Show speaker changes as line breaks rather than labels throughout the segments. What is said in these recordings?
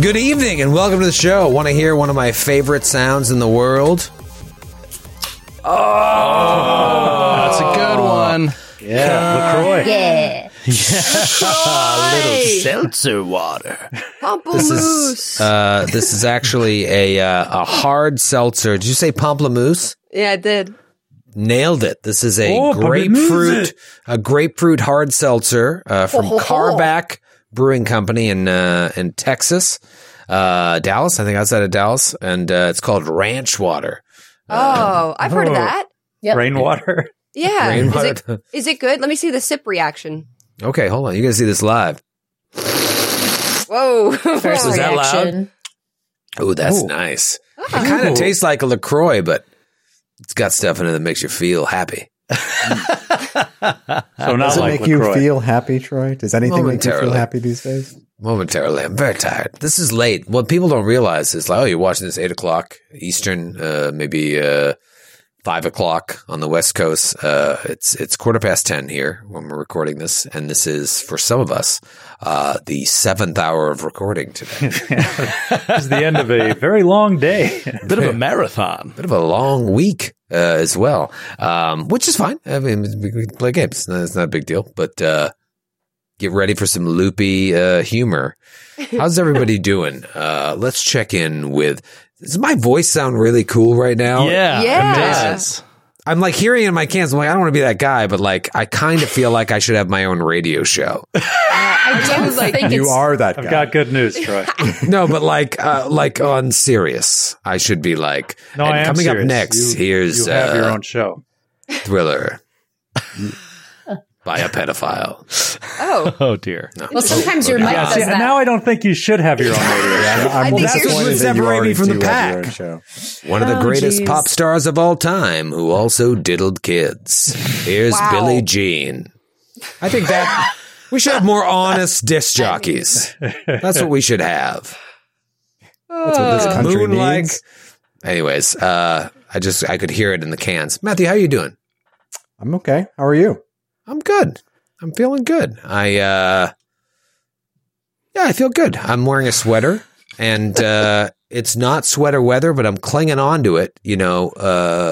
Good evening and welcome to the show. Want to hear one of my favorite sounds in the world?
That's a good one.
Yeah.
Seltzer water.
This is uh, this is actually a uh, a hard seltzer. Did you say pamplemousse?
Yeah, I did.
Nailed it. This is a
Oh,
grapefruit a grapefruit hard seltzer uh, from
Oh.
Carback Brewing Company in uh, in Texas, uh, Dallas. I think outside of Dallas, and uh, it's called Ranch Water. Uh,
Oh, I've heard of
Oh.
that.
Rainwater.
Yeah. Is
Rainwater.
it, is it good? Let me see the sip reaction.
Okay, hold on. You guys see this live?
Whoa.
Was that loud? Oh, that's nice.
Ah.
It kind of tastes like a Lacroix, but it's got stuff in it that makes you feel happy.
So not
Does it
like
make you
LaCroix.
feel happy, Troy? Does anything make you feel
Momentarily.
happy these days?
Momentarily, I'm very tired. This is late. What people don't realize is like, oh, you're watching this eight o'clock Eastern, uh, maybe uh, five o'clock on the West Coast. Uh, it's it's quarter past ten here when we're recording this, and this is for some of us uh, the seventh hour of recording today.
It's the end of a very long day.
Bit of a marathon.
Bit of a long week uh, as well, um, which is fine. I mean, we we can play games; it's not, it's not a big deal. But uh, get ready for some loopy uh, humor. How's everybody doing? Uh, let's check in with. Does my voice sound really cool right now?
Yeah.
Yeah.
It does.
I'm like hearing in my cans. I'm like, I don't want to be that guy, but like, I kind of feel like I should have my own radio show.
I was like,
You are that
I've
guy.
got good news, Troy.
No, but like, uh, like on serious, I should be like.
No,
and
I am
coming up
serious.
next,
You-
here's
you have your
uh,
own show.
thriller by a pedophile.
oh.
Oh, dear.
Well, sometimes your mic
Yeah,
does
see,
that.
now I don't think you should have your own radio. show.
I'm,
I
I'm
think you're-
disappointed
That's what
that you
separated
already
me from the
do have your
pack.
own show.
One
Oh,
of the greatest pop stars of all time who also diddled kids. Here's
Wow.
Billie Jean. I think that we should have more honest disc jockeys. That's what we should have.
That's what
Oh.
this country
Moonlight.
needs.
Anyways, uh, I just I could hear it in the cans. Matthew, how you doing?
I'm okay. How are you?
I'm good. I'm feeling good. I uh Yeah, I feel good. I'm wearing a sweater and uh it's not sweater weather, but I'm clinging on to it, you know. Uh,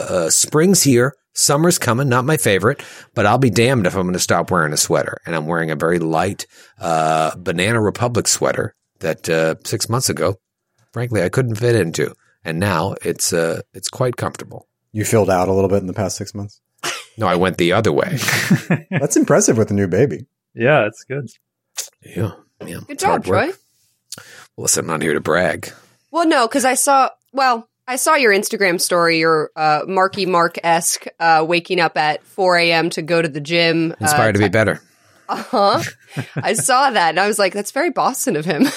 uh spring's here, summer's coming, not my favorite, but I'll be damned if I'm going to stop wearing a sweater. And I'm wearing a very light uh Banana Republic sweater that uh 6 months ago frankly I couldn't fit into. And now it's uh it's quite comfortable.
You filled out a little bit in the past six months.
No, I went the other way.
That's impressive with a new baby.
Yeah, it's good.
Yeah. yeah.
Good
It's
job,
hard work.
Troy.
Listen, I'm not here to brag.
Well, no, because I saw, well, I saw your Instagram story, your uh, Marky Mark esque uh, waking up at 4 a.m. to go to the gym.
Inspired to be better.
Uh huh. I saw that and I was like, that's very Boston of him.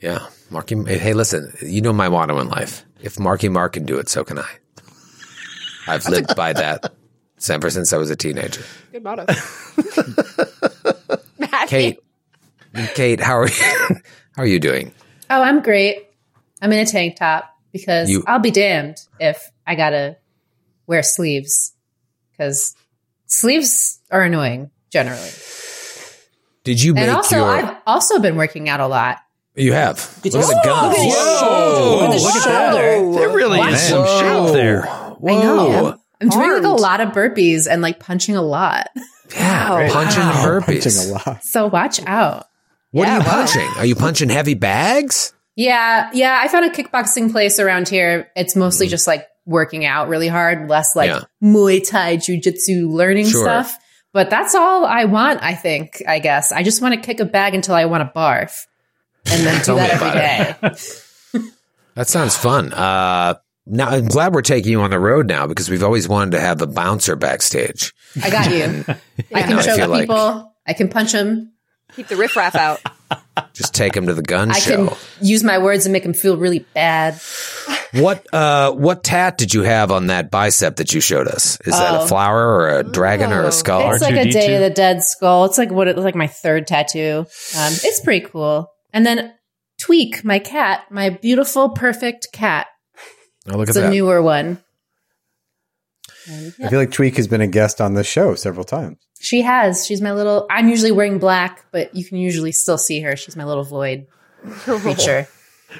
Yeah. Marky, hey, listen, you know my motto in life. If Marky Mark can do it, so can I. I've lived by that ever since I was a teenager.
Good motto. Matthew.
Kate, Kate, how are you? How are you doing?
Oh, I'm great. I'm in a tank top because
You-
I'll be damned if I gotta wear sleeves because sleeves are annoying generally.
Did you make
And also,
your?
I've also been working out a lot.
you have. Look at
you-
the guns.
Look at
Whoa!
Look at
Look at that. There really
Wow.
is some shit there.
Whoa!
I know. I'm doing like
Armed.
a lot of burpees and like punching a lot.
Yeah, punching
Wow,
burpees.
Punching a lot.
So watch out.
What
Yeah,
are you
wow.
punching? Are you punching heavy bags?
Yeah, yeah. I found a kickboxing place around here. It's mostly just like working out really hard, less like
Mm. Yeah.
Muay Thai jujitsu learning
Sure.
stuff. But that's all I want, I think, I guess. I just want to kick a bag until I want to barf. And then do
Tell me
that every
about it.
day.
That sounds fun. Uh, now I'm glad we're taking you on the road now because we've always wanted to have a bouncer backstage.
I got you. I
Now
can
I
choke
feel like-
people. I can punch them.
Keep the riffraff out.
Just take him to the gun
I
show.
can use my words and make them feel really bad.
What uh, what tat did you have on that bicep that you showed us? Is that
Oh.
a flower or a dragon or
Oh.
a skull?
It's
It's like a
R2D2.
Day of the Dead skull. It's like what it like my third tattoo. Um, it's pretty cool. And then Tweak, my cat, my beautiful, perfect cat.
Oh, look at
It's a
that.
newer one.
I feel like Tweak has been a guest on this show several times.
She has. She's my little. I'm usually wearing black, but you can usually still see her. She's my little void creature.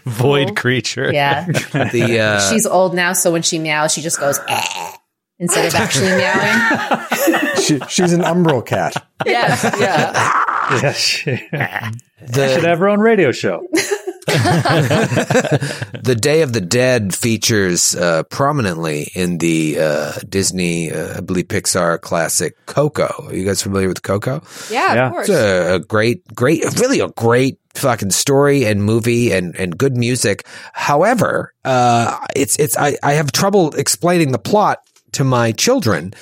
Void creature.
Yeah,
the uh,
she's old now, so when she meows, she just goes "Ah," instead of actually meowing.
She, she's an umbral cat.
Yeah, yeah.
Yeah, she should
the
have her own radio show.
the Day of the Dead features uh, prominently in the uh, Disney, uh, I believe Pixar classic Coco. Are you guys familiar with Coco?
Yeah,
Yeah.
of course.
It's a, a great, great, really a great fucking story and movie and, and good music. However, uh, it's, it's, I, I have trouble explaining the plot to my children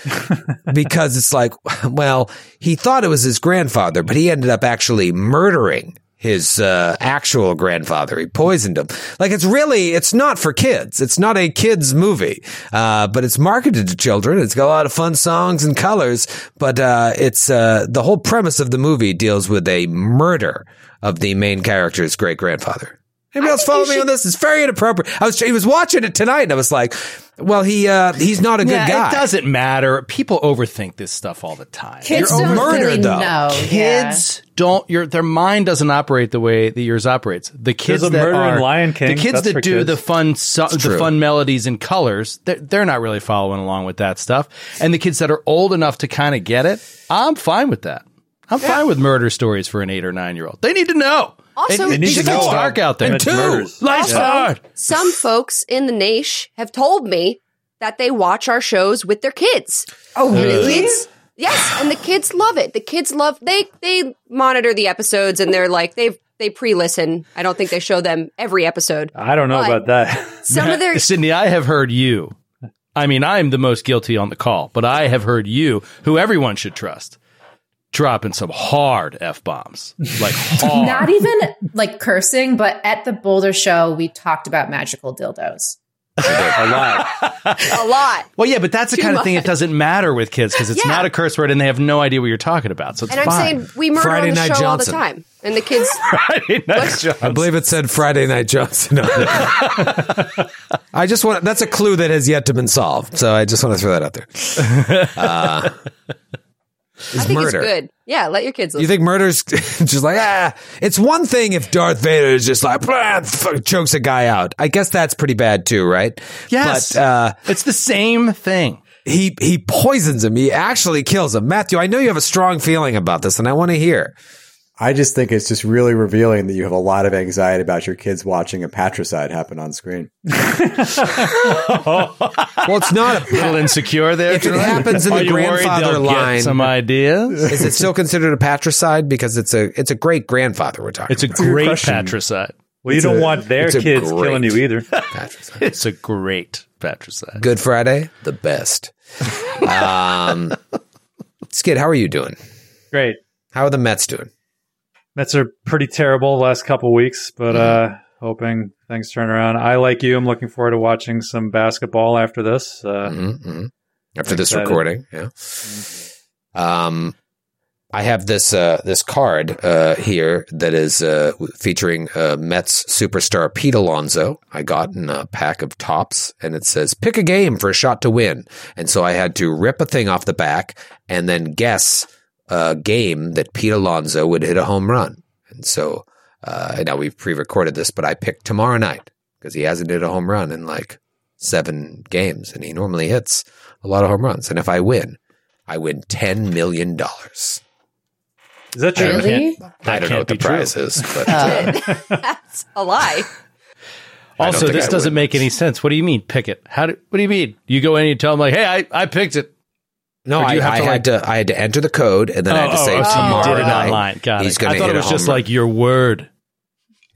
because it's like, well, he thought it was his grandfather, but he ended up actually murdering his uh, actual grandfather. He poisoned him. Like it's really, it's not for kids. It's not a kids movie, uh, but it's marketed to children. It's got a lot of fun songs and colors, but uh, it's uh, the whole premise of the movie deals with a murder of the main character's great grandfather. Anybody else follow me on this? It's very inappropriate. I was he was watching it tonight, and I was like, "Well, he uh, he's not a good
Yeah,
guy."
it doesn't matter. People overthink this stuff all the time.
Kids
You're
don't
over-
murder,
really
though.
know. Yeah.
kids don't your their mind doesn't operate the way that yours operates. The kids
There's a
that
murder in
are
Lion King.
the kids
That's
that
for
do
kids.
the fun so, the
true.
fun melodies and colors, they're, they're not really following along with that stuff. And the kids that are old enough to kind of get it, I'm fine with that. I'm fine with murder stories for an eight or nine year old. They need to know.
Also,
It-
They need
it's
to know
how
dark out there.
much Two, murders.
Life's hard.
Some folks in the niche have told me that they watch our shows with their kids.
Oh, really?
Yes, and the kids love it. The kids love they they monitor the episodes and they're like they've they pre-listen. I don't think they show them every episode.
I don't know
But-
about that.
Some of their
Sydney, I have heard you. I mean, I'm the most guilty on the call, but I have heard you, who everyone should trust, dropping some hard f bombs, like hard.
Not even like cursing, but at the Boulder show, we talked about magical dildos.
a lot.
a lot.
well, yeah, but that's the kind of thing that doesn't matter with kids because it's
Yeah.
not a curse word and they have no idea what you're talking about. So it's
And I'm
fine.
saying we murder
Friday
on the
Night
show all the
Johnson.
time. And the kids
Friday Night Johnson.
I believe it said Friday Night Johnson. on it. I just want that's a clue that has yet to been solved. So I just want to throw that out there. Uh,
I
it's
think
murder.
it's good. Yeah, let your kids
You
listen.
think murder's just like ah? It's one thing if Darth Vader is just like blah, fuck, chokes a guy out. I guess that's pretty bad too, right?
Yes.
But uh,
it's the same thing.
he he poisons him. He actually kills him. Matthew, I know you have a strong feeling about this, and I want to hear.
I just think it's just really revealing that you have a lot of anxiety about your kids watching a patricide happen on screen.
Well, it's not
A
a
little insecure there.
If it
Jordan.
happens in
Are
the
you worried
grandfather
they'll get
line-
some ideas.
Is it still considered a patricide? Because it's a it's a great grandfather we're talking.
It's a
about.
great
question.
patricide.
Well, you don't want their
it's a
kids
great-
killing you either.
patricide.
It's a great patricide.
Good Friday, the best. Um, Skid, how are you doing?
Great.
How are the Mets doing?
Mets are pretty terrible the last couple weeks, but uh, hoping things turn around. I like you. I'm looking forward to watching some basketball after this. Uh,
Mm-hmm. After this
Excited.
recording, yeah. Um, I have this uh, this card uh, here that is uh, featuring uh, Mets superstar Pete Alonso. I got in a pack of tops, and it says "Pick a game for a shot to win." And so I had to rip a thing off the back and then guess a game that Pete Alonso would hit a home run. And so uh, now we've pre-recorded this, but I picked tomorrow night because he hasn't hit a home run in like seven games, and he normally hits a lot of home runs. And if I win, I win ten million dollars.
Is that true?
Really?
That
I don't
can't
know what the
be true.
prize is, but
Uh,
That's
Uh.
a lie.
I don't
Also,
think
this
I
doesn't
would.
make any sense. What do you mean pick it? How do what do you mean? You go in and you tell them like, hey, I, I picked it.
No,
Or do
I,
you have
I
to,
had to. I had to enter the code, and then I had to say
so
tomorrow
oh, you did it
night,
online. Got
he's
it.
gonna
I thought
hit
it
a
was just
homer.
like your word.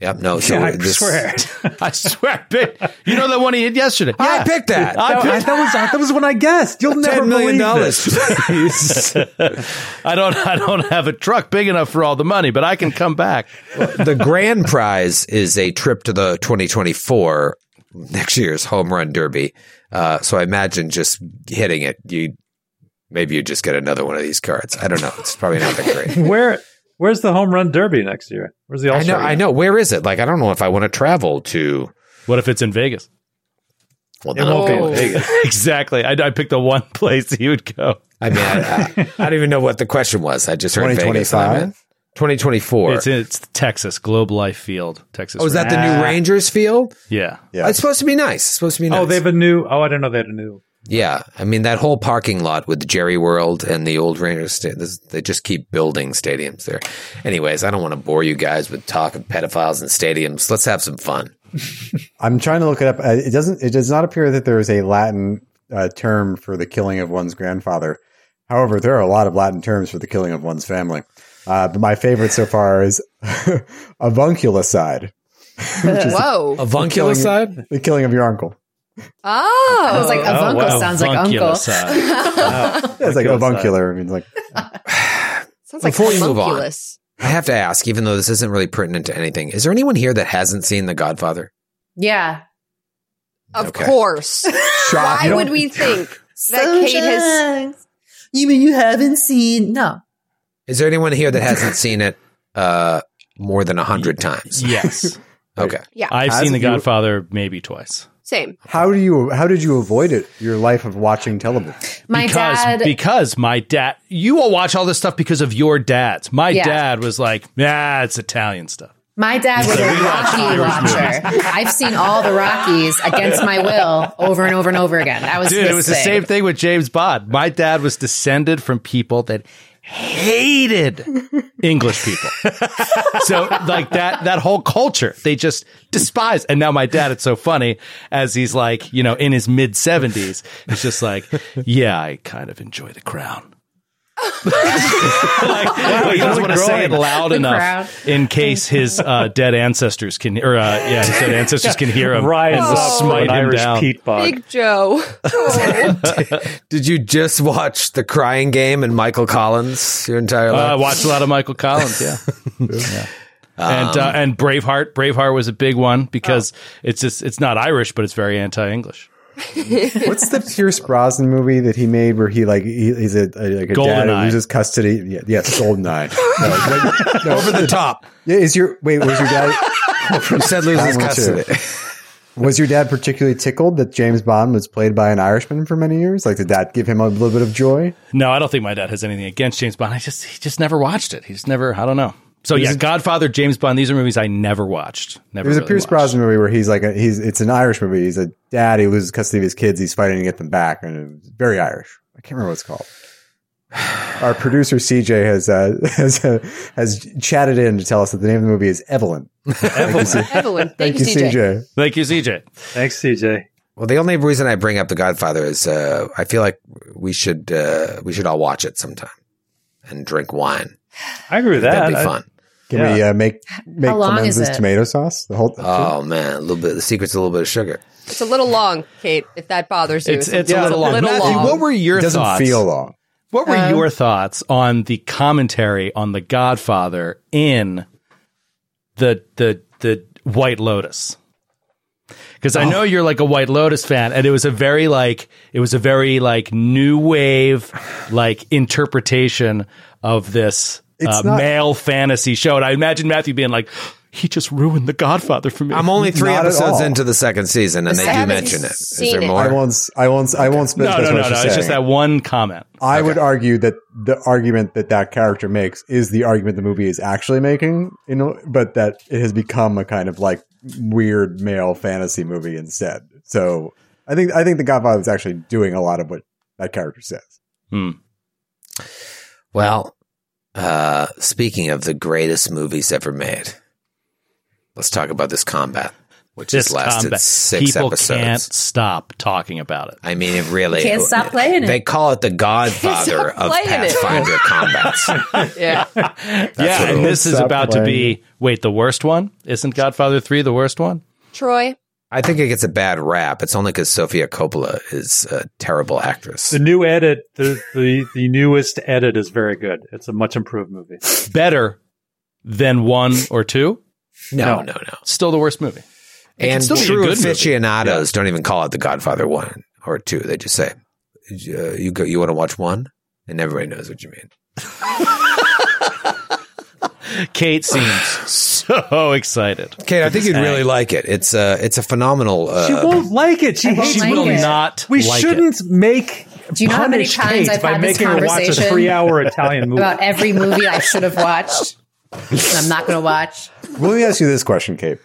Yep. No. So
I
this,
swear.
I swear, bit. You know the one he hit yesterday.
I picked that.
I
That,
picked.
that was that was when I guessed. You'll never
Ten million
believe this.
dollars.
I don't. I don't have a truck big enough for all the money, but I can come back.
the grand prize is a trip to the 2024 next year's home run derby. Uh, so I imagine just hitting it, you maybe you just get another one of these cards. I don't know. It's probably not that great.
Where where's the home run derby next year? Where's the All
I know.
Star?
I know. Where is it? Like I don't know if I want to travel to.
What if it's in Vegas?
Well,
It
then I'll
won't be in
go.
Vegas.
exactly. I, I picked the one place he would go.
I mean, I, I, I don't even know what the question was. I just heard Vegas. and I meant- 2024.
It's in it's Texas Globe Life Field, Texas.
oh, is that the
Ah.
new Rangers field?
yeah?
Yeah.
It's supposed to be nice. It's supposed to be nice.
Oh, they have a new. Oh, I didn't know they had a new.
Yeah, I mean that whole parking lot with Jerry World and the old Rangers. Sta- this, they just keep building stadiums there. Anyways, I don't want to bore you guys with talk of pedophiles and stadiums. Let's have some fun.
I'm trying to look it up. Uh, It doesn't. It does not appear that there is a Latin uh, term for the killing of one's grandfather. However, there are a lot of Latin terms for the killing of one's family. Uh, but my favorite so far is avunculicide,
Whoa.
Avunculicide?
the killing of your uncle.
Oh.
I was like, avunco sounds like uncle.
Avunculicide.
Yeah, it's like avuncular. I mean, like
sounds like
Before you move on.
homunculus.
I have to ask, even though this isn't really pertinent to anything, is there anyone here that hasn't seen The Godfather?
Yeah.
Of
Okay.
course. Why would we think that Kate has?
You mean you haven't seen? No.
Is there anyone here that hasn't seen it uh, more than a hundred times?
yes,
Okay,
Yeah.
I've
As
seen The
you-
Godfather maybe twice.
Same.
how do you? How did you avoid it? Your life of watching television.
My
because
dad.
because my dad. You will watch all this stuff because of your dads. My
Yeah.
dad was like, nah, it's Italian stuff.
my dad was a Rocky watcher. I've seen all the Rockies against my will over and over and over again. That was
Dude,
his
it was the
thing.
same thing with James Bond. My dad was descended from people that hated English people. so like that that whole culture, they just despise. And now my dad, it's so funny as he's like, you know, in his mid 70s, he's just like, yeah, I kind of enjoy the crown. like, he doesn't want to say it loud
The
enough
Crown.
in case his uh, dead ancestors can, or uh, yeah, his dead ancestors can hear him
Rise
and
up from
smite
an
him
Irish
down.
peat bog.
Big Joe. Oh.
did you just watch The Crying Game and Michael Collins your entire
Uh, I
life?
watched a lot of Michael Collins. Yeah. Yeah. And uh, and Braveheart, Braveheart was a big one because
Oh.
it's just it's not Irish, but it's very anti-English.
What's the Pierce Brosnan movie that he made where he like he, he's a, a like a dad
Goldeneye.
who loses custody? Yeah, yes, Goldeneye. No, like, no,
Over the top.
yeah, is your wait was your dad?
You said loses
That one too.
custody.
Was your dad particularly tickled that James Bond was played by an Irishman for many years? Like, did that give him a little bit of joy?
No, I don't think my dad has anything against James Bond. I just he just never watched it. He's never I don't know. So yeah, Godfather, James Bond. These are movies I never watched. Never.
There's a
really
Pierce
watched.
Brosnan movie where he's like, a, he's it's an Irish movie. He's a dad. He loses custody of his kids. He's fighting to get them back, and it was very Irish. I can't remember what it's called. Our producer CJ has uh, has uh, has chatted in to tell us that the name of the movie is Evelyn.
Evelyn. Thank,
Thank you, CJ.
Thank you, CJ.
Thanks, CJ.
Well, the only reason I bring up The Godfather is uh, I feel like we should uh, we should all watch it sometime and drink wine.
I agree with that.
That'd be
I-
fun.
Can
Yeah.
we uh, make make
long
Clemenza's
is it?
tomato sauce? The whole
Oh man, a little bit. The secret's a little bit of sugar.
It's a little long, Kate, if that bothers you.
It's it's a little long. Matthew,
long.
what were your
it doesn't
thoughts?
feel long.
What
Um,
were your thoughts on the commentary on The Godfather in the the the White Lotus? Because
Oh.
I know you're like a White Lotus fan, and it was a very like it was a very like new wave like interpretation of this uh,
It's not-
male fantasy show, and I imagine Matthew being like, "He just ruined The Godfather for me."
I'm only three
Not at
episodes
all.
into the second season, and
I
they do
haven't
mention it. Is
seen
there
it.
more?
I won't. s- I won't. s- I won't spend.
no, no, no, no. It's just that one comment.
I would argue that the argument that that character makes is the argument the movie is actually making, you know, but that it has become a kind of like weird male fantasy movie instead. So I think I think the Godfather is actually doing a lot of what that character says.
Well, Uh, speaking of the greatest movies ever made, let's talk about this combat, which
This
has lasted
combat.
six
People
episodes.
can't stop talking about it.
I mean, it really
Can't stop playing it.
They call it the Godfather
stop
of
playing it.
Pathfinder combats.
Yeah.
what
yeah,
it
and this
is.
is
Stop
about to be wait the worst one. Isn't Godfather three the worst one?
Troy,
I think it gets a bad rap. It's only because Sofia Coppola is a terrible actress.
The new edit, the, the the newest edit is very good. It's a much improved movie.
Better than one or two.
No,
No.
no, no.
Still the worst movie. It can
And
still be a
true
good movie.
aficionados don't even call it the Godfather one or two. They just say, uh, "You go, you want to watch one," and everybody knows what you mean.
Kate seems so excited.
Kate, I think you'd really like it. It's a it's a phenomenal. Uh,
she won't like it. She
I won't
hates
like
movies.
it.
Not
We
like
shouldn't make
Do you know how many
punish
times
Kate
I've
by
had this
making her watch a
conversation?
three-hour Italian movie.
about every movie I should have watched. and I'm not going to watch.
Let me ask you this question, Kate.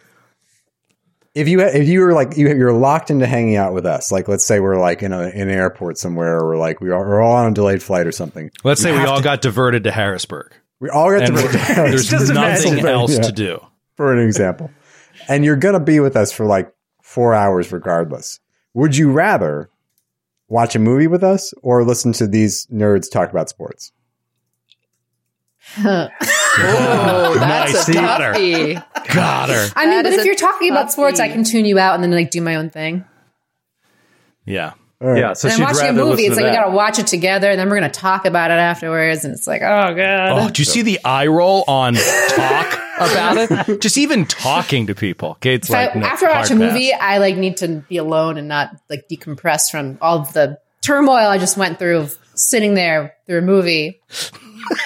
If you had, if you were like you you're locked into hanging out with us, like let's say we're like in, a, in an airport somewhere, or we're like we are we're all on a delayed flight or something.
It. Let's say we all got diverted to Harrisburg,
We all got
and
to
we're- there's
Just imagine.
nothing else
Yeah.
to do.
for an example, and you're gonna be with us for like four hours regardless. Would you rather watch a movie with us or listen to these nerds talk about sports?
oh, that's a
Nice.
toughie.
Got her.
I mean,
That
but
is
if
a
you're talking about sports, I
toughie.
can tune you out and then like do my own thing.
Yeah.
All right.
yeah, so
and
she'd
I'm watching a
rather
movie.
listen
It's
to
like we
that.
got to watch it together, and then we're going to talk about it afterwards. And it's like, oh god,
Oh, do you see the eye roll on talk about it? Just even talking to people. Kate's
So
like, no,
after I watch a
hard pass.
movie, I like need to be alone and not like decompress from all of the turmoil I just went through of sitting there through a movie.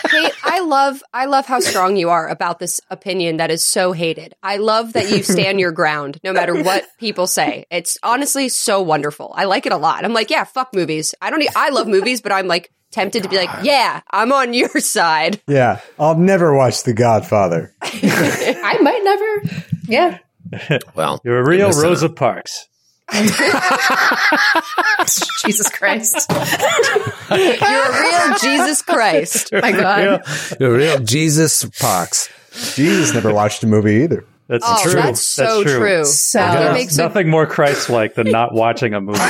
Kate, I love I love how strong you are about this opinion that is so hated. I love that you stand your ground no matter what people say. It's honestly so wonderful. I like it a lot. I'm like, yeah, fuck movies. I don't e- I love movies, but I'm like tempted to be like, yeah, I'm on your side.
Yeah, I'll never watch The Godfather.
I might never. Yeah,
well,
You're a real
listen up.
Rosa Parks.
Jesus Christ,
You're a real Jesus Christ.
my God.
You're a real Jesus Pox.
Jesus never watched a movie either.
That's
Oh,
true.
that's so true.
So
That
There's
makes it-
nothing more Christ-like than not watching a movie.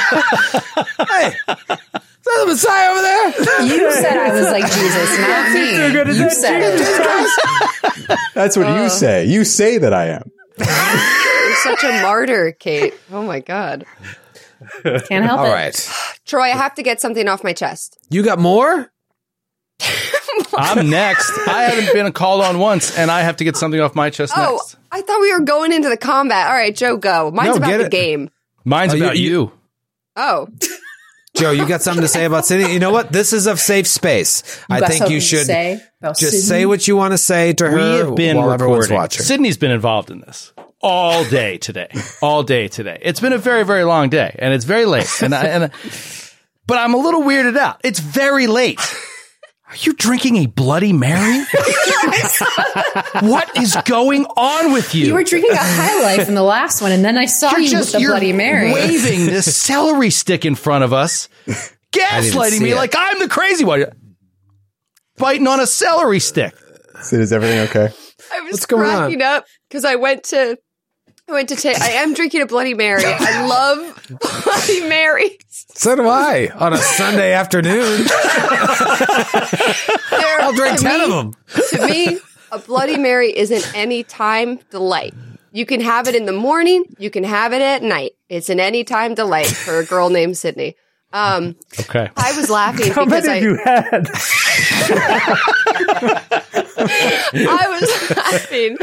Hey, is that the Messiah over there?
you said I was like Jesus, not me. You said it.
That's what
Uh.
you say. You say that I am.
You're such a martyr, Kate. Oh my god.
Can't help
All
it.
right,
Troy, I have to get something off my chest.
you got more.
I'm next. I haven't been called on once, and I have to get something off my chest
Oh,
next.
I thought we were going into the combat. All right, Joe, go. Mine's
No,
about
get
the
it.
game.
Mine's
Oh, you-
about you.
you-
Oh,
Joe, you got something to say about Sydney? You know what? This is a safe space. I
got
think
something
you
to
should
say about
just
Sydney?
say what you want to say to her
We have been
while everyone's
recording.
watching.
Sydney's been involved in this all day today. all day today. It's been a very very long day, and it's very late. And I, and I- but I'm a little weirded out. It's very late. Are you drinking a Bloody Mary? what is going on with you?
You were drinking a high life in the last one, and then I saw you with the
you're
Bloody Mary.
waving this celery stick in front of us, gaslighting
see
me
it.
like I'm the crazy one, biting on a celery stick.
Sid, is everything okay?
I was
What's going on?
cracking up because I went to I went to ta- I am drinking a Bloody Mary. I love Bloody Mary.
So do I on a Sunday afternoon. I'll drink
to
10
me,
of them.
To me, a Bloody Mary is an anytime delight. You can have it in the morning. You can have it at night. It's an anytime delight for a girl named Sydney. Um,
Okay.
I was laughing
How
because
many
I,
have you had?
I was laughing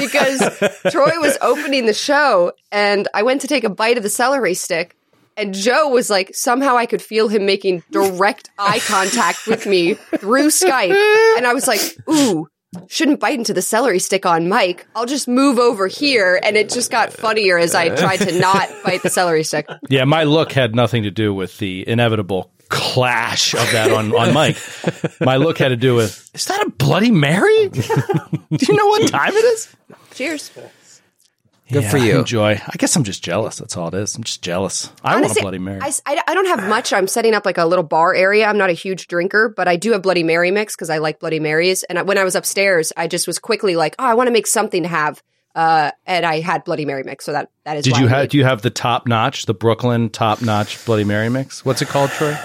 because Troy was opening the show and I went to take a bite of the celery stick and Joe was like somehow I could feel him making direct eye contact with me through Skype and I was like ooh shouldn't bite into the celery stick on Mike. I'll just move over here and it just got funnier as I tried to not bite the celery stick.
Yeah, my look had nothing to do with the inevitable clash of that on, on Mike. My look had to do with is that a Bloody Mary? do you know what time it is?
Cheers.
Good for you.
Enjoy. I guess I'm just jealous. That's all it is. I'm just jealous. I want a
Honestly,
Bloody Mary.
I, s- I- I don't have much. I'm setting up like a little bar area. I'm not a huge drinker, but I do have Bloody Mary mix because I like Bloody Marys. And I, when I was upstairs, I just was quickly like, oh, I want to make something to have. Uh, and I had Bloody Mary mix. So that, that is
Did
why
you
I
have?
made-
Do you have the top notch, the Brooklyn top notch Bloody Mary mix? What's it called, Troy?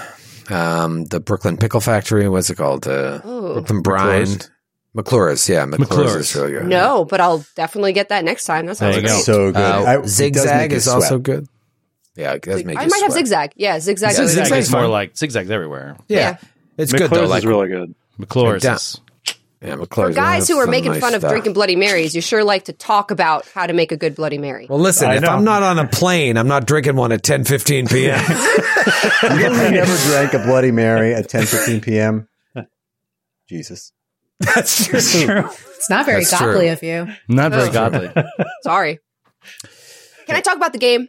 Um, the Brooklyn Pickle Factory. What's it called? Uh,
Oh.
Brooklyn Brine.
McClure's.
McClure's. Yeah, McClure's,
McClure's.
is really good.
No, but I'll definitely get that next time. That sounds
There you
great.
go.
so good.
Uh,
I- it does make
zigzag
you
is
sweat.
also good. Yeah, it does make
I
you
might have
sweat.
zigzag. Yeah, zigzag.
Zigzag
goes
Zigzag
Zigzag's
is more
fine.
like zigzags everywhere.
Yeah.
Yeah.
It's good though.
McClure's
Like
is really good.
McClure's.
Yeah.
is-
yeah,
For
McClure's.
guys who are making fun of
drinking
drinking Bloody Marys, you sure like to talk about how to make a good Bloody Mary.
Well, listen,
I
if
know.
I'm not on a plane, I'm not drinking one at 10, 15 p.m.
You never drank a Bloody Mary at 10, 15 p.m. Jesus.
That's true.
It's not very
That's
godly
true.
of you.
Not very
Oh.
godly.
Sorry. Can I talk about the game?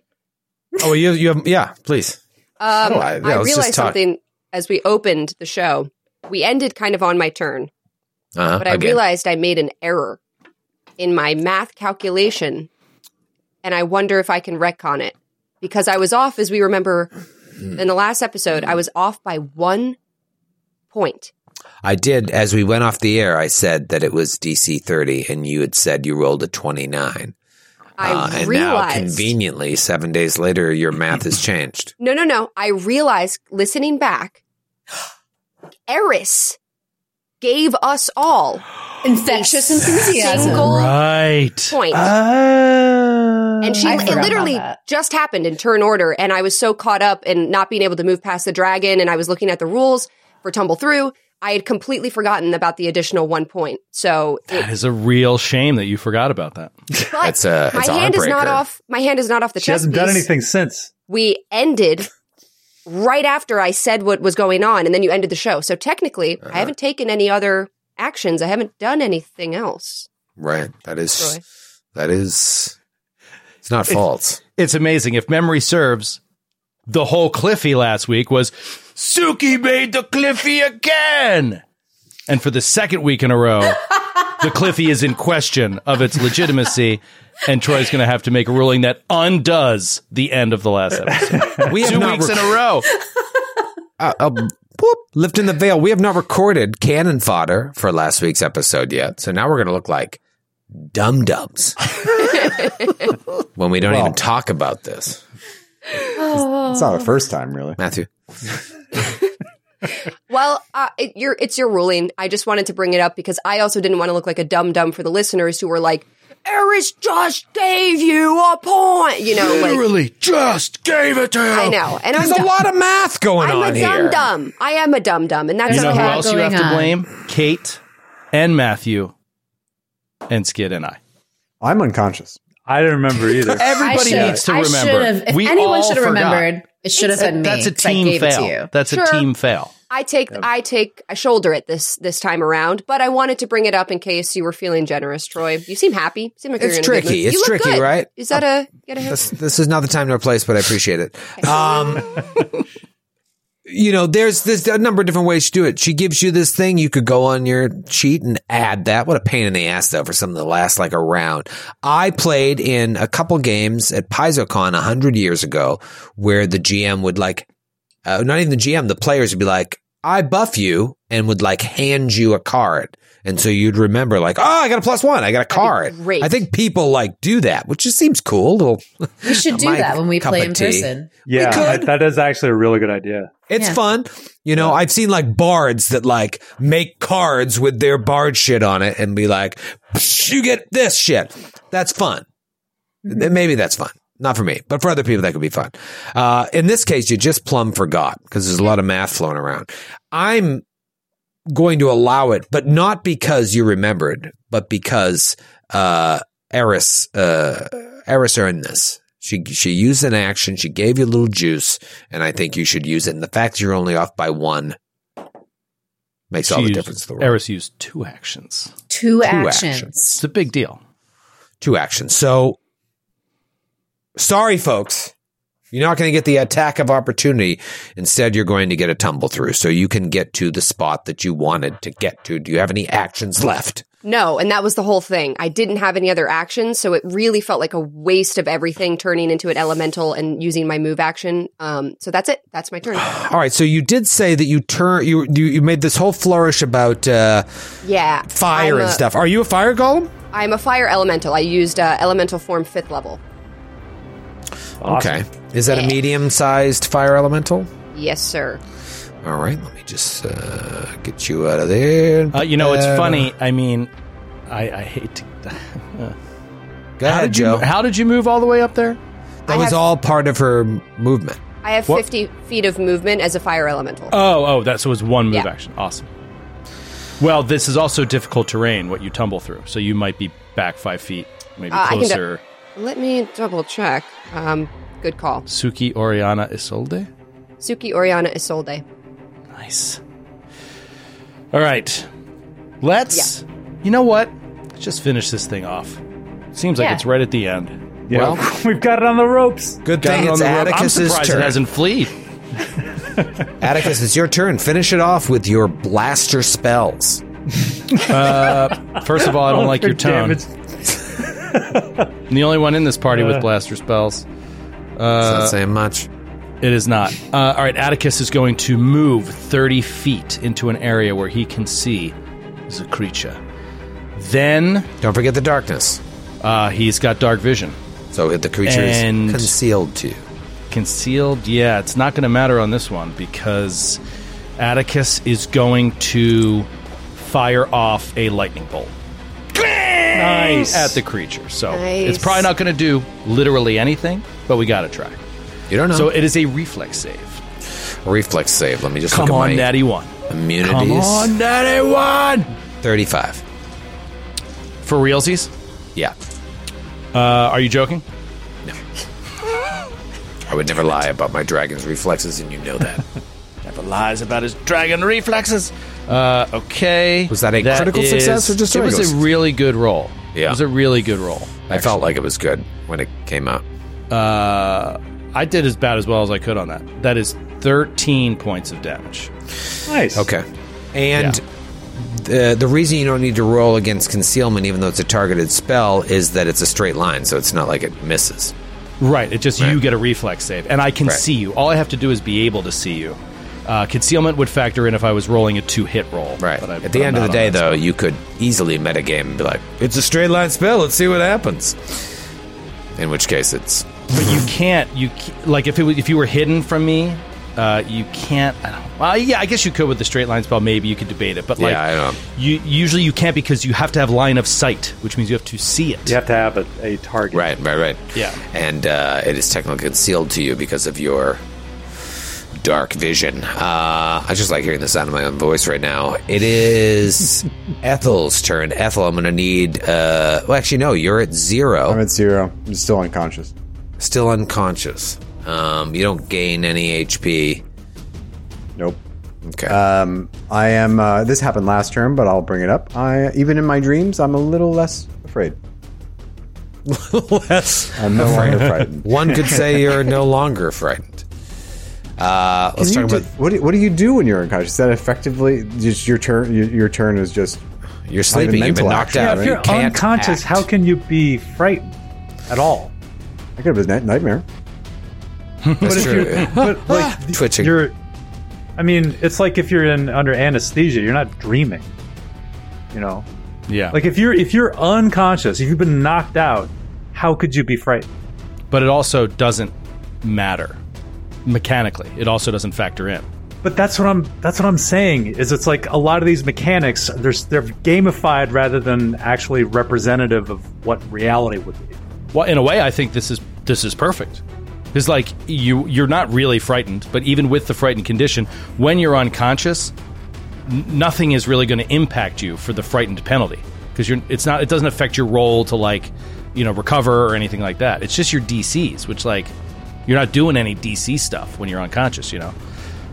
Oh, you, you have, yeah, please.
Um,
Oh,
I,
I- yeah, let's just
realized
talk.
something as we opened the show. We ended kind of on my turn,
Uh,
but I realized I made an error in my math calculation, and I wonder if I can retcon it because I was off, as we remember in the last episode, I was off by one point.
I did, as we went off the air, I said that it was DC 30, and you had said you rolled a 29. Uh,
I
and now,
realized.
conveniently, seven days later, your math has changed.
No, no, no. I realized listening back, Eris gave us all
Infectious enthusiasm.
single
right.
point.
Uh,
and she
I
it
forgot about
literally
that.
just happened in turn order and I was so caught up in not being able to move past the dragon and I was looking at the rules for tumble through. I had completely forgotten about the additional one point. So it,
That is a real shame that you forgot about that.
but
That's a,
my
it's a
hand is not
heartbreaker.
off my hand is not off the
She
chess
hasn't done
piece.
anything since.
we ended right after I said what was going on, and then you ended the show. So technically, I
Uh-huh.
haven't taken any other actions. I haven't done anything else.
Right. That is,
Really.
that is, it's not false.
It's amazing. If memory serves, the whole Cliffy last week was Suki made the Cliffy again. And for the second week in a row, the Cliffy is in question of its legitimacy. And Troy's going to have to make a ruling that undoes the end of the last episode.
We have
Two
not
weeks
rec-
in a row.
uh, uh, whoop, lifting the veil. We have not recorded cannon fodder for last week's episode yet, so now we're going to look like dum dums when we don't even talk about this.
It's not the first time, really.
Matthew,
Well, uh, it, your, it's your ruling. I just wanted to bring it up because I also didn't want to look like a dumb dumb for the listeners who were like, "Eris just gave you a point," you know. Like,
just gave it to him.
I know, and I'm
there's a
dumb.
lot of math going
I'm
on
a dumb
here.
dumb. I am a dumb dumb, and that's
You know who
okay.
lot
else you have
going
to
on.
blame? Kate and Matthew and Skid and I.
I'm unconscious.
I didn't remember either.
Everybody
I should-
needs to
I
remember.
should have- If
We
anyone
all
should have
forgot.
remembered, it should have been me.
That's a
'cause I
team
gave it to
fail.
you.
That's
Sure.
a team fail.
I take I take I shoulder it this this time around, but I wanted to bring it up in case you were feeling generous, Troy. You seem happy. You seem like
It's
you're in a good
tricky.
mood.
It's
You look
tricky,
good.
right?
Is that a get a hint?
This, this is not the time nor place, but I appreciate it. Um, you know, there's there's a number of different ways to do it. She gives you this thing. You could go on your sheet and add that. What a pain in the ass, though, for something that lasts like a round. I played in a couple games at PaizoCon a hundred years ago, where the GM would like, uh, not even the GM, the players would be like, "I buff you," and would like hand you a card. And so you'd remember, like, oh, I got a plus one. I got a
be
card.
great.
I think people like do that, which just seems cool. Little
We should do
My
that when we
cup
play
of
in
tea.
person.
yeah,
could.
that- that is actually a really good idea.
It's
Yeah.
fun. You know, I've seen like bards that like make cards with their bard shit on it and be like, "Psh, you get this shit. That's fun. Th- Maybe that's fun. Not for me, but for other people, that could be fun. Uh, in this case, you just plumb forgot because there's a lot of math flowing around. I'm going to allow it, but not because you remembered, but because uh, Eris uh, Eris earned this. She she used an action. She gave you a little juice, and I think you should use it. And the fact that you're only off by one makes all the
used-
difference in the world.
Eris used two actions.
Two, actions.
actions.
It's a big deal.
Two actions. So sorry, folks. You're not going to get the attack of opportunity. Instead, you're going to get a tumble through, so you can get to the spot that you wanted to get to. Do you have any actions left?
No, and that was the whole thing. I didn't have any other actions, so it really felt like a waste of everything turning into an elemental and using my move action. Um, so that's it. That's my turn.
All right, so you did say that you turn you you, you made this whole flourish about uh,
Yeah,
fire
I'm
and
a-
stuff. Are you a fire golem?
I'm a fire elemental. I used uh, elemental form fifth level.
Okay. Is that a medium-sized fire elemental?
Yes, sir.
All right, let me just uh, get you out of there.
Uh, you know, it's
Uh,
funny. I mean, I, I hate to. uh, How
Go ahead,
did you?
Joe.
How did you move all the way up there?
that
I
was
have-
all part of her m- movement.
I have
What-
50 feet of movement as a fire elemental.
Oh, oh, that so it's one move
Yeah.
action. Awesome. Well, this is also difficult terrain. What you tumble through, so you might be back five feet, maybe
Uh, I can do-
closer.
Let me double check. Um, good call.
Suki Oriana Isolde.
Suki Oriana Isolde.
Nice. All right, let's. You know what? Let's just finish this thing off. Seems like
Yeah.
it's right at the end.
Yeah, we've got it on the ropes.
Good
Got
thing
it on
it's
the rope. I'm
Atticus's
surprised
turn.
it hasn't fleed.
Atticus, it's your turn. Finish it off with your blaster spells.
Uh, First of all, I don't like your
Ultra
tone.
damage.
I'm the only one in this party with blaster spells. Uh,
It's not saying much.
It is not. Uh, all right, Atticus is going to move 30 feet into an area where he can see the creature. Then
Don't forget the darkness.
uh, he's got dark vision.
So if the creature
And-
is concealed to you.
Concealed, yeah, it's not going to matter on this one because Atticus is going to fire off a lightning bolt
Nice.
at the creature. So
Nice.
it's probably not going to do literally anything, but we got to try.
You don't know.
So it is a reflex save.
Reflex save. Let me just
Come
look at
on,
my
Natty 1.
immunities.
Come on, Natty 1!
35.
For realsies?
Yeah.
Uh, are you joking?
I would never lie about my dragon's reflexes, and you know that.
Never lies about his dragon reflexes. Uh, okay.
Was that a critical success or just a
It was a
regular
really good roll.
Yeah.
It was a really good roll.
I felt like it was good when it came out.
Uh, I did as bad as well as I could on that. That is 13 points of damage.
nice.
Okay. And the the reason you don't need to roll against concealment, even though it's a targeted spell, is that it's a straight line, so it's not like it misses.
Right. It just you
Right.
get a reflex save, and I can
Right.
see you. All I have to do is be able to see you. Uh, concealment would factor in if I was rolling a two hit roll.
Right.
but I-
At
but
the
I'm
end of
not
the
on
day,
that
though, you could easily metagame and be like, "It's a straight line spell. Let's see what happens." In which case, it's
But you can't. You ca- like if it was, if you were hidden from me, uh, you can't. I don't, well, yeah, I guess you could with the straight line spell. Maybe you could debate it, but like,
Yeah, I don't know.
you usually you can't because you have to have line of sight, which means you have to see it.
You have to have a, a target.
right, right, right.
Yeah.
and uh, it is technically concealed to you because of your dark vision. Uh, I just like hearing the sound of my own voice right now. It is Ethel's turn. Ethel, I'm going to need. Uh, well, actually, no, you're at zero.
I'm at zero. I'm still unconscious.
still unconscious. Um, you don't gain any HP.
Nope.
Okay.
Um, I am. Uh, this happened last term, but I'll bring it up. I even in my dreams, I'm a little less afraid. I'm no longer frightened.
One could say you're no longer frightened. Uh, let's
Can
talk
you do-
about
what, do, what do you do when you're unconscious? Is that effectively just your turn? Your, your turn is just
you're sleeping. You've been
mental
knocked
action, right?
out.
Yeah, if
You
you're
can't
unconscious,
act.
how can you be frightened at all?
I could have a night- nightmare.
That's true. Ah,
But like
Twitching.
you're, I mean, it's like if you're in under anesthesia, you're not dreaming. You know,
Yeah,
like if you're if you're unconscious, if you've been knocked out, how could you be frightened?
but it also doesn't matter mechanically. It also doesn't factor in.
But that's what I'm that's what I'm saying is it's like a lot of these mechanics they're they're gamified rather than actually representative of what reality would be.
Well, in a way, I think this is this is perfect. It's like you you're not really frightened, but even with the frightened condition, when you're unconscious, n- nothing is really going to impact you for the frightened penalty because you're it's not it doesn't affect your role to like you know recover or anything like that. It's just your DCs, which like you're not doing any DC stuff when you're unconscious, you know.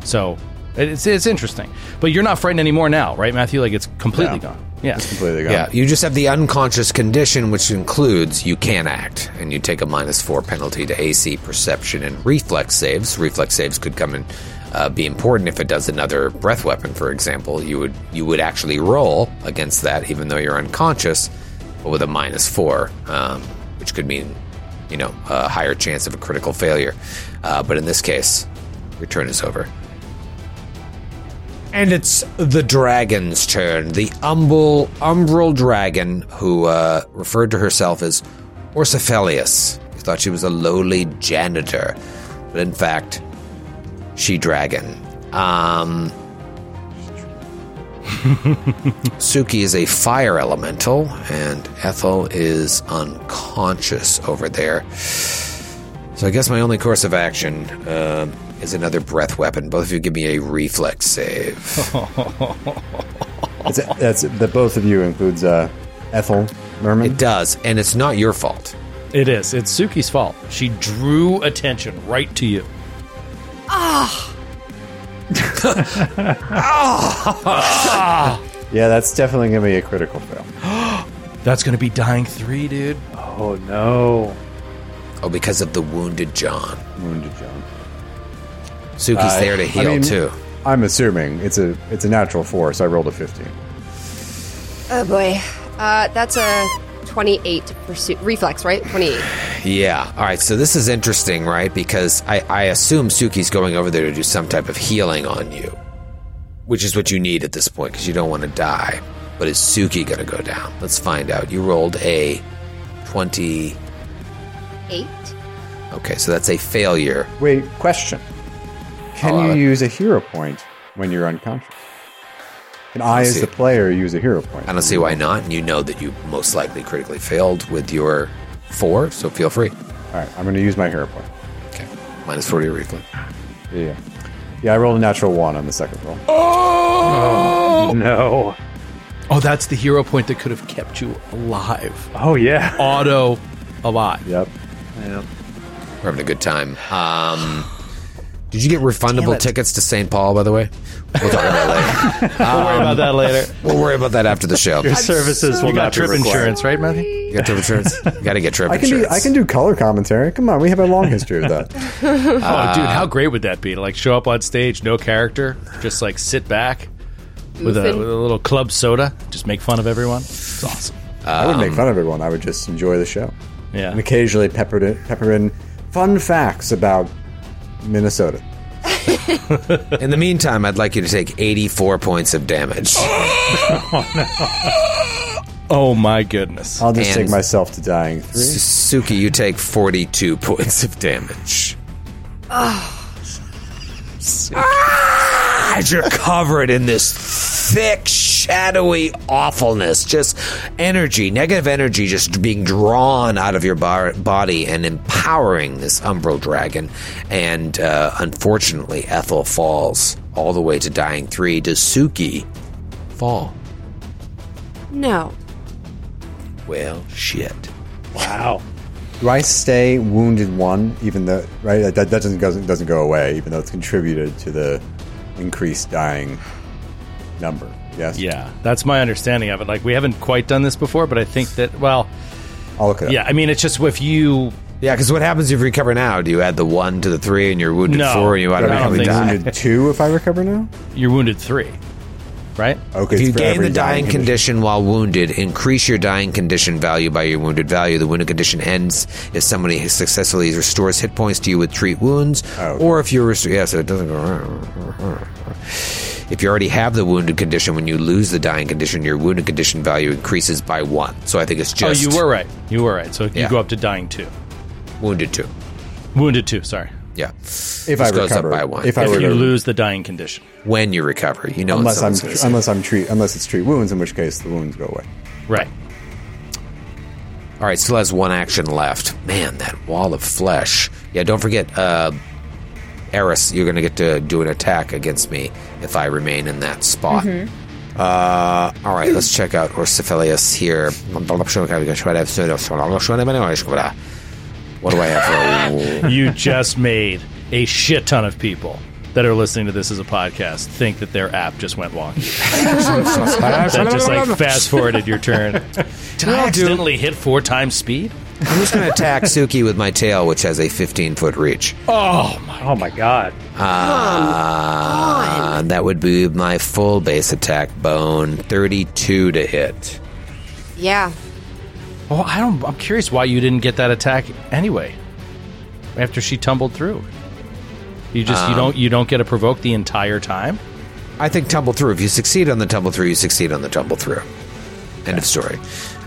So it's it's interesting, but you're not frightened anymore now, right, Matthew? Like it's completely gone. Yeah,
Completely gone.
Yeah, you just have the unconscious condition, which includes you can't act, and you take a minus four penalty to AC, perception, and reflex saves. Reflex saves could come in uh, be important. If it does another breath weapon, for example, you would you would actually roll against that, even though you're unconscious, but with a minus four, um, which could mean you know a higher chance of a critical failure. Uh, but in this case, your turn is over. And it's the dragon's turn. The umbral, umbral dragon, who uh, referred to herself as Orsophelius. You thought she was a lowly janitor, but in fact, she dragon. Um, Suki is a fire elemental, and Ethel is unconscious over there. So I guess my only course of action um is another breath weapon. Both of you give me a reflex save.
That's, that's the both of you includes uh, Ethel Merman.
It does, and it's not your fault.
It is. It's Suki's fault. She drew attention right to you. Ah!
yeah, that's definitely gonna be a critical fail.
That's going to be dying three, dude.
Oh no.
Oh, because of the wounded John.
Wounded John.
Suki's there to heal
I mean-
too.
I'm assuming it's a it's a natural four, so I rolled a fifteen.
Oh boy. Uh, that's a 28 pursuit. Reflex, right? 28.
Yeah. All right. So this is interesting, right? Because I, I assume Suki's going over there to do some type of healing on you, which is what you need at this point because you don't want to die. But is Suki going to go down? Let's find out. You rolled a 20.
8?
Okay. So that's a failure.
Wait, question: Can
Allow
you
it.
use a hero point when you're unconscious? Can I, as
see.
the player, use a hero point?
I don't see why not. And you know that you most likely critically failed with your four. So feel free.
All right, I'm going to use my hero point.
Okay. Minus 40 reflex.
Yeah, yeah. I rolled a natural one on the second roll.
No.
Oh, that's the hero point that could have kept you alive.
Oh yeah.
Auto alive.
Yep.
We're having a good time. Um, did you get refundable tickets to St. Paul, by the way? We'll talk about that later.
Don't worry about that later.
We'll worry about that after the show.
Your services will
You got
not be
trip
required.
insurance, right, Matthew?
You got trip insurance? You got to get trip
I can
insurance.
do I can do color commentary. Come on, we have a long history of that.
oh,
Ah.
dude, how great would that be? To, like show up on stage, no character, just like sit back with a,
Oofing.
with a little club soda, just make fun of everyone. It's awesome.
I wouldn't make fun of everyone. I would just enjoy the show
Um, Yeah.
and occasionally pepper in, pepper in fun facts about Minnesota.
In the meantime, I'd like you to take 84 points of damage.
Oh my goodness.
I'll just
And-
take myself to dying three.
Suki, you take 42 points of damage. Ah, As you're covered in this thick, shadowy awfulness, just energy, negative energy, just being drawn out of your bar- body and empowering this Umbro dragon. And uh, unfortunately, Ethel falls all the way to dying three. Does Suki fall?
No.
Well, shit.
Wow.
Do I stay wounded one, even though right that, that doesn't doesn't doesn't go away, even though it's contributed to the increased dying number? Yes.
Yeah, that's my understanding of it. Like we haven't quite done this before, but I think that well,
I'll look it up.
yeah. I mean, it's just if you
Yeah, because what happens if you recover now? Do you add the one to the three and you're wounded
No.
four and you
I don't
automatically
think so.
die?
Wounded two, if I recover now.
you're wounded three, right?
Okay. it's
If you
for
gain
every
the dying condition. while wounded, increase your dying condition value by your wounded value. The wounded condition ends if somebody successfully restores hit points to you with treat wounds,
Oh.
or if you're rest- yeah, so it doesn't go. If you already have the wounded condition, when you lose the dying condition, your wounded condition value increases by one. So I think it's just
oh, you were right. You were right. So
Yeah.
you go up to dying two,
wounded two.
wounded two. Sorry,
Yeah,
If I
Just goes up
recover,
by one.
if I
if
were
you
to-
lose the dying condition.
when you recover, you know
unless I'm
it's not-
unless I'm treat unless it's treat wounds, in which case the wounds go away.
Right.
All right, still has one action left. Man, that wall of flesh. Yeah, don't forget, uh, Eris, you're going to get to do an attack against me if I remain in that spot.
Mm-hmm.
Mm-hmm.
Uh, all right, let's check out Orsophilius here. What do I have for a
You just made a shit ton of people that are listening to this as a podcast think that their app just went wonky. that just like fast forwarded your turn. Did I accidentally hit four times speed?
I'm just going to attack Suki with my tail, which has a 15 foot reach.
Oh my!
Oh my god.
Uh, that would be my full base attack bone. 32 to hit.
Yeah.
Oh, I don't. I'm curious why you didn't get that attack anyway. After she tumbled through, you just you don't you don't get to provoke the entire time.
I think tumble through. If you succeed on the tumble through, you succeed on the tumble through. End of story.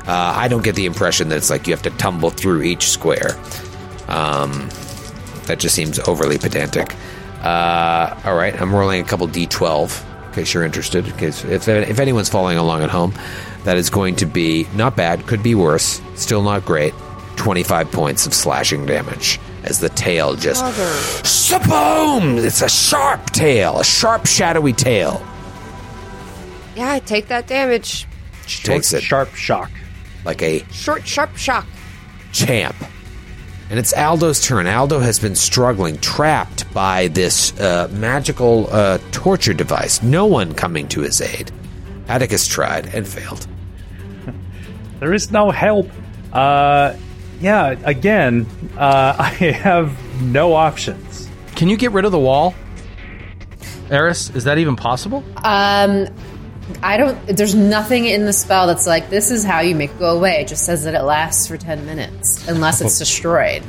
Uh, I don't get the impression that it's like you have to tumble through each square. Um, that just seems overly pedantic. Uh, all right, I'm rolling a couple d12 in case you're interested. In case if if anyone's following along at home, that is going to be not bad. Could be worse. Still not great. 25 points of slashing damage as the tail just Saboom! It's a sharp tail, a sharp shadowy tail.
Yeah, take that damage.
She takes it
Sharp shock.
like a
Short, sharp shock.
champ. And it's Aldo's turn. Aldo has been struggling, trapped by this uh, magical uh, torture device. No one coming to his aid. Atticus tried and failed.
There is no help. Uh, yeah, again, uh, I have no options.
Can you get rid of the wall, Eris? Is that even possible?
Um, I don't. There's nothing in the spell that's like this is how you make it go away. It just says that it lasts for ten minutes unless it's destroyed.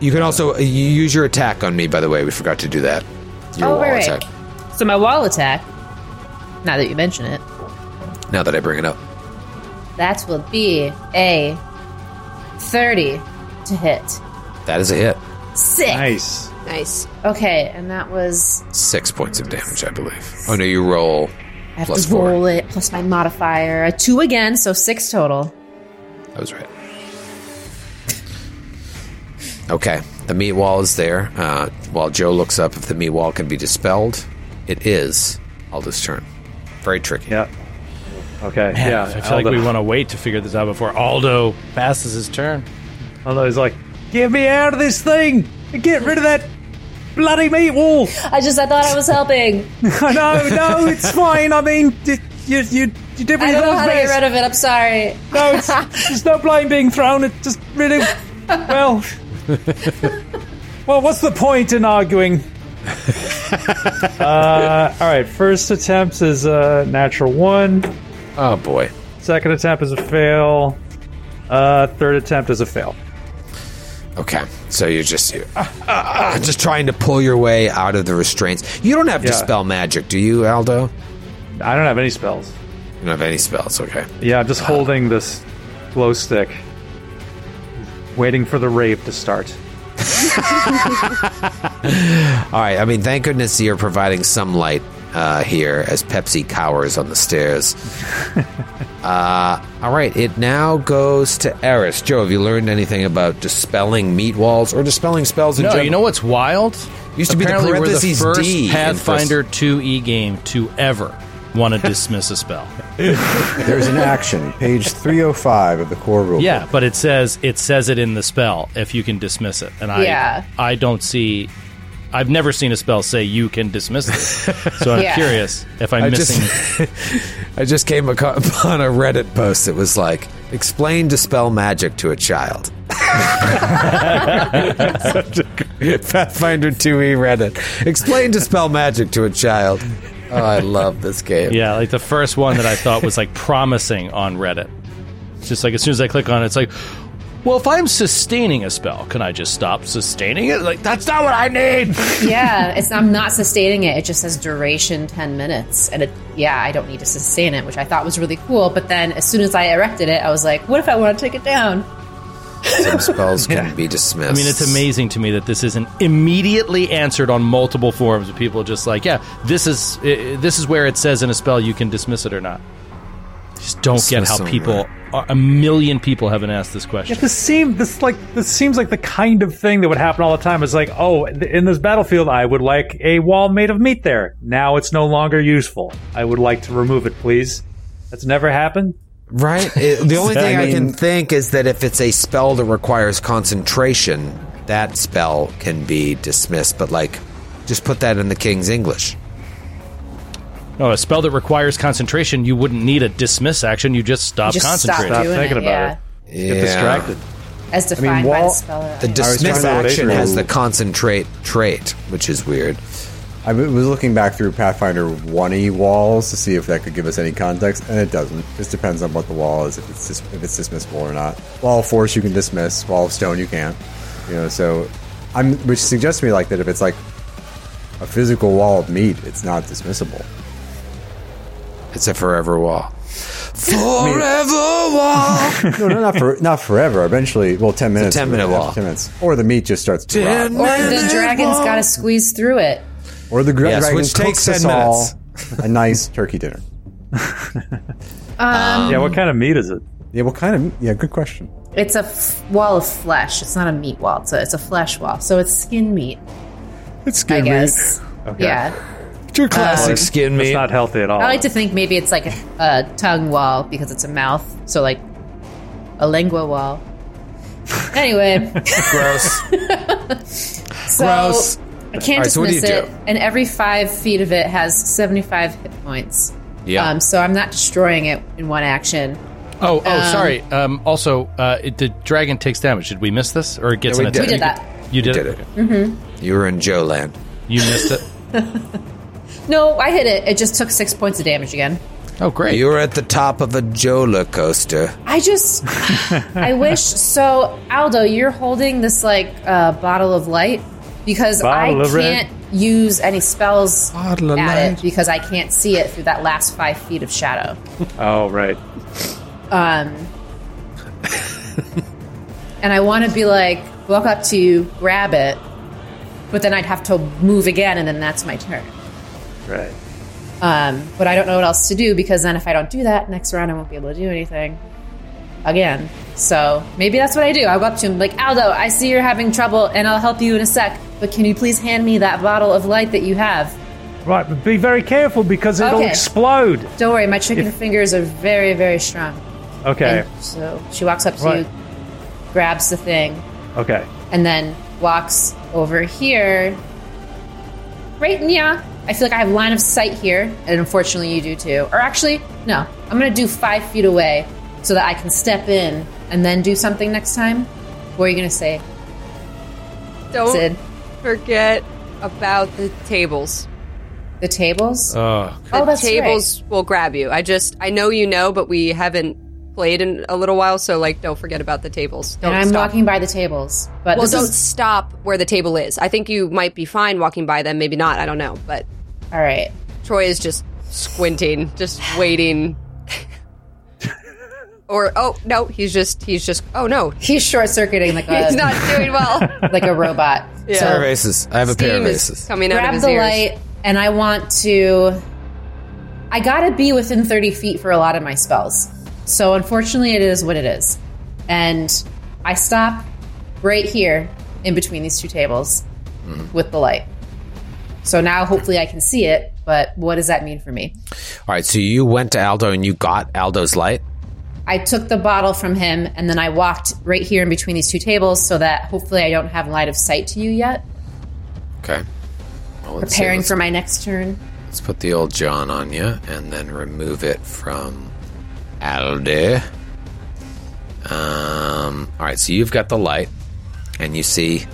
You can also uh, you use your attack on me, by the way. We forgot to do that. Your
Oh,
wall
right, right.
attack.
So my wall attack. Now that you mention it,
Now that I bring it up.
that will be a thirty to hit.
That is a hit.
Sick.
Nice.
Nice.
Okay, and that was
Six points of damage, I believe. Oh, no, you roll.
I have
Plus
to
four.
roll it plus my modifier a two again, so six total.
That was right. Okay, the meat wall is there. Uh, while Joe looks up if the meat wall can be dispelled, it is Aldo's turn. Very tricky.
Yeah. Okay. yeah.
I feel like we want to wait to figure this out before Aldo passes his turn.
Although he's like, get me out of this thing! Get rid of that bloody meat wall!
I just I thought I was helping.
no, no, it's fine. I mean, d- you, you, you did what
I
you
don't know how
thought
to
was
get
best.
rid of it. I'm sorry.
No, it's, there's no blame being thrown. It just really, well, well, what's the point in arguing? uh, all right, first attempt is a natural one.
Oh boy.
Second attempt is a fail. Uh, third attempt is a fail.
Okay, so you're just you ah, ah, ah, just trying to pull your way out of the restraints. You don't have
Yeah.
dispel magic, do you, Aldo? You
I don't have any spells.
don't have any spells. Okay.
Yeah, I'm just holding this glow stick, waiting for the rave to start.
All right. I mean, thank goodness you're providing some light uh, here as Pepsi cowers on the stairs. uh, all right. It now goes to Eris. Joe, have you learned anything about dispelling meat walls or dispelling spells in
No,
general?
you know what's wild?
Used to be the
Apparently we're the
parentheses
first
D in
Pathfinder 2E game to ever want to dismiss a spell.
There's an action, page 305 of the core rule.
Yeah, but it says it says it in the spell if you can dismiss it, and I
Yeah.
I don't see. I've never seen a spell say you can dismiss it, so I'm
Yeah.
curious if I'm
I
missing.
just, I just came aco- upon a Reddit post that was like, explain dispel magic to a child. Pathfinder
E
2e Reddit. Explain dispel magic to a child. Oh, I love this game.
Yeah, like the first one that I thought was like promising on Reddit. It's just like as soon as I click on it, it's like, well, if I'm sustaining a spell, can I just stop sustaining it? Like that's not what I need.
yeah, it's I'm not sustaining it. It just says duration ten minutes, and it yeah, I don't need to sustain it, which I thought was really cool. But then as soon as I erected it, I was like, what if I want to take it down?
Some spells can be dismissed.
I mean, it's amazing to me that this isn't immediately answered on multiple forums. Of people just like, yeah, this is i- this is where it says in a spell you can dismiss it or not. Just don't get
Dismiss
how
or
people a million people haven't asked this question.
This seems this like this seems like the kind of thing that would happen all the time. It's like, oh, th- in this battlefield, I would like a wall made of meat. There now, it's no longer useful. I would like to remove it, please. That's never happened.
Right? It- the only thing I,
mean-
can think is that if it's a spell that requires concentration, that spell can be dismissed. But, like, just put that in the King's English.
No, Oh, a spell that requires concentration, you wouldn't need a dismiss action. You just stop
Just stop
concentrating.
doing
thinking
it.
about
yeah.
it. Get distracted.
as defined by the
Wall-
speller.
The
I-
dismiss
trying to
action
relate
has
to-
the concentrate trait, which is weird.
I w- was looking back through Pathfinder 1e walls to see if that could give us any context, and it doesn't. Just depends on what the wall is, if it's dis- if it's dismissible or not. Wall of force you can dismiss, wall of stone you can't. You know, so I'm which suggests to me like that if it's like a physical wall of meat, it's not dismissible.
It's a forever wall. Forever wall.
No, no, not for not forever. Eventually, well, ten minutes.
10-minute wall.
Ten minutes, or the meat just starts to rot,
Ten
or the
minute
dragon's
wall.
got to squeeze through it.
or the gr-
Yes,
dragon
which
cooks
takes
us
10
all a nice turkey dinner.
Um,
yeah, what kind of meat is it?
Yeah, what kind of? Yeah, good question.
It's a f- wall of flesh. It's not a meat wall. It's a, it's a flesh wall. So it's skin meat,
It's
I
good
guess.
Okay.
Yeah. Um,
Your classic skin
It's
meat.
not healthy at all.
I like to think maybe it's like a, a tongue wall because it's a mouth. So like a lingua wall. Anyway.
Gross.
So
Gross.
I can't
All right,
dismiss
so what do you
it.
do?
And every five feet of it has 75 hit points.
Yeah.
Um, so I'm not destroying it in one action.
Oh, oh, sorry. Um, also, uh, it, the dragon takes damage. Did we miss this, or it gets
Yeah, we
an
did.
We
attack?
did that.
You did,
Did
it.
it.
mm-hmm.
You were in Joe land.
You missed it.
No, I hit it. It just took six points of damage again.
Oh, great.
You were at the top of a Jola coaster.
I just, I wish. So, Aldo, you're holding this like uh, bottle of light because
Bottle
I
of red.
can't use any spells
Bottle of
at
light.
it because I can't see it through that last five feet of shadow.
oh, right.
Um, and I want to be like, walk up to you, grab it, but then I'd have to move again, and then that's my turn.
Right.
Um, but I don't know what else to do because then if I don't do that next round, I won't be able to do anything again. So maybe that's what I do. I go up to him like Aldo. I see you're having trouble, and I'll help you in a sec. But can you please hand me that bottle of light that you have?
Right, but be very careful because it'll
Okay.
explode.
Don't worry, my chicken fingers are very, very strong.
Okay.
And so she walks up to
Right.
you, grabs the thing,
Okay.
and then walks over here. Right, yeah. I feel like I have line of sight here, and unfortunately, you do too. Or actually, no. I'm gonna do five feet away so that I can step in and then do something next time. What are you gonna say,
Don't
Sid?
forget about the tables.
The tables?
Oh,
The
Oh, that's
tables will grab you. I just I know you know, but we haven't played in a little while, so like don't forget about the tables. Don't
and I'm
stop.
walking by the tables, but
Well,
this
don't
is-
stop where the table is. I think you might be fine walking by them, maybe not. I don't know. But
all right.
Troy is just squinting, just waiting. or oh no, he's just he's just oh no,
He's short circuiting like a
he's not doing well.
like a robot.
Yeah.
Pair of aces. I have a pair of
Steam
aces.
is coming out of
grab
his
the
ears.
light and i want to i gotta be within 30 feet for a lot of my spells so unfortunately it is what it is and i stop right here in between these two tables
Mm-hmm.
with the light so now hopefully i can see it but what does that mean for me
All right, so you went to Aldo and you got Aldo's light.
i took the bottle from him and then i walked right here in between these two tables so that hopefully i don't have line of sight to you yet
Okay. Well, let's see.
preparing
Let's-
for my next turn
Let's put the old John on you and then remove it from Aldo. Um, all right, so you've got the light, and you see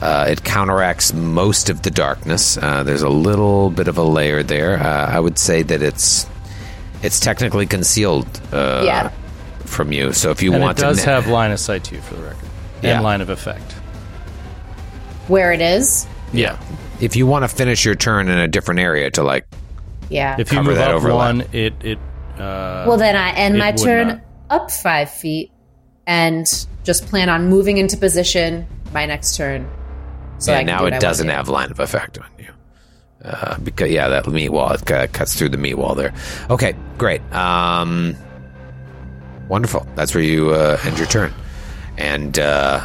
uh, it counteracts most of the darkness. Uh, there's a little bit of a layer there. Uh, I would say that it's it's technically concealed uh,
yeah
from you. So if you
and it
want
does
to,
have line of sight to you for the record,
Yeah.
and line of effect.
where it is
Yeah.
if you want to finish your turn in a different area to like
yeah
If you
Cover
move
that
up
overlap.
one, it it. Uh,
Well, then I end
It
my
would
turn
not.
up five feet and just plan on moving into position my next turn. So
yeah,
I can do
now
what I
it
wanna
doesn't
do.
have line of effect on you. Uh, because yeah, that meat wall it kinda cuts through the meat wall there. Okay, great. Um, wonderful. That's where you uh, end your turn. And uh,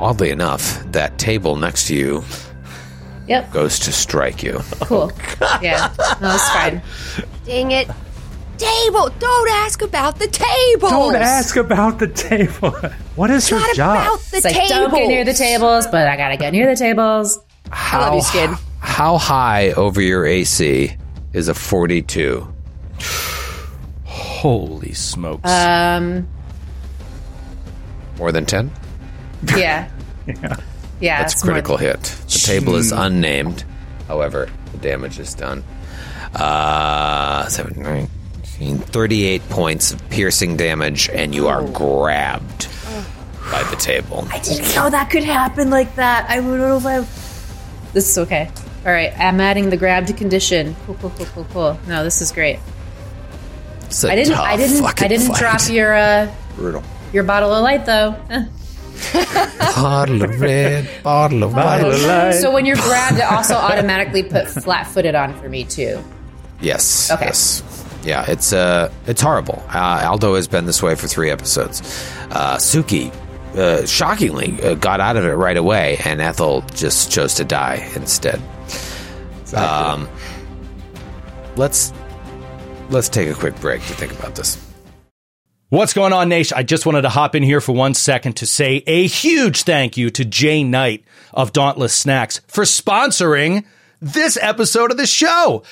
oddly enough, that table next to you
Yep,
goes to strike you.
cool.
Oh,
yeah, no, that's fine.
Dang it. Table! Don't ask about the table!
Don't ask about the table. what is your
Not
job?
about the
It's like,
table!
don't get near the tables, but I gotta get near the tables.
I love you, Skid.
How high over your AC is a forty-two?
holy smokes!
Um,
More than 10?
Yeah. Yeah.
That's
it's
a
more Hmm.
critical hit. The table is unnamed. However, the damage is done. Uh, 7, 19, 38 points of piercing damage, and you are grabbed by the table.
didn't know Oh, that could happen like that. I would have. This is okay. All right, I'm adding the grab to condition. Cool, cool, cool, cool, cool. No, this is great.
It's a
I didn't.
tough
I didn't.
fucking
I didn't
fight.
drop your uh,
Brutal.
your bottle of light though. Eh.
Bottle of red, bottle of
Bottle of
white.
light.
So when you're grabbed, it also automatically put flat-footed on for me too.
Yes.
Okay.
Yes. Yeah, it's uh, it's horrible. Uh, Aldo has been this way for three episodes. Uh, Suki, uh, shockingly, uh, got out of it right away, and Ethel just chose to die instead. Um, let's let's take a quick break to think about this.
What's going on, Nation? I just wanted to hop in here for one second to say a huge thank you to Jay Knight of Dauntless Snacks for sponsoring this episode of the show.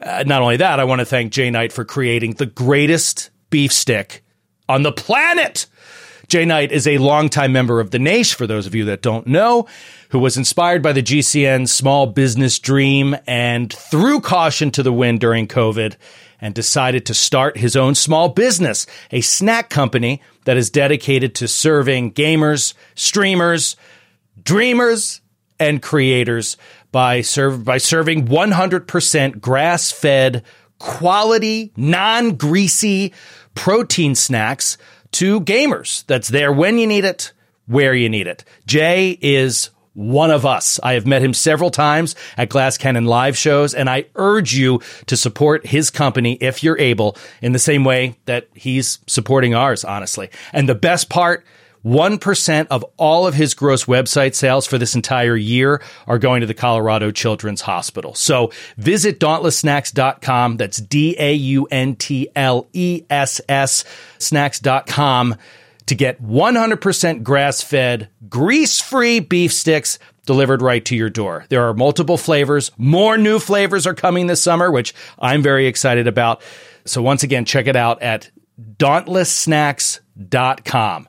Uh, not only that, I want to thank Jay Knight for creating the greatest beef stick on the planet. Jay Knight is a longtime member of the Nash, for those of you that don't know, who was inspired by the GCN small business dream and threw caution to the wind during COVID and decided to start his own small business, a snack company that is dedicated to serving gamers, streamers, dreamers and creators by serve by serving 100% grass-fed quality non-greasy protein snacks to gamers that's there when you need it where you need it jay is one of us. I have met him several times at Glass Cannon live shows, and I urge you to support his company if you're able, in the same way that he's supporting ours, honestly. And the best part, 1% of all of his gross website sales for this entire year are going to the Colorado Children's Hospital. So visit dauntlesssnacks.com. That's D A U N T L E S S snacks.com to get 100% grass fed, grease free beef sticks delivered right to your door. There are multiple flavors. More new flavors are coming this summer, which I'm very excited about. So once again, check it out at dauntlesssnacks.com.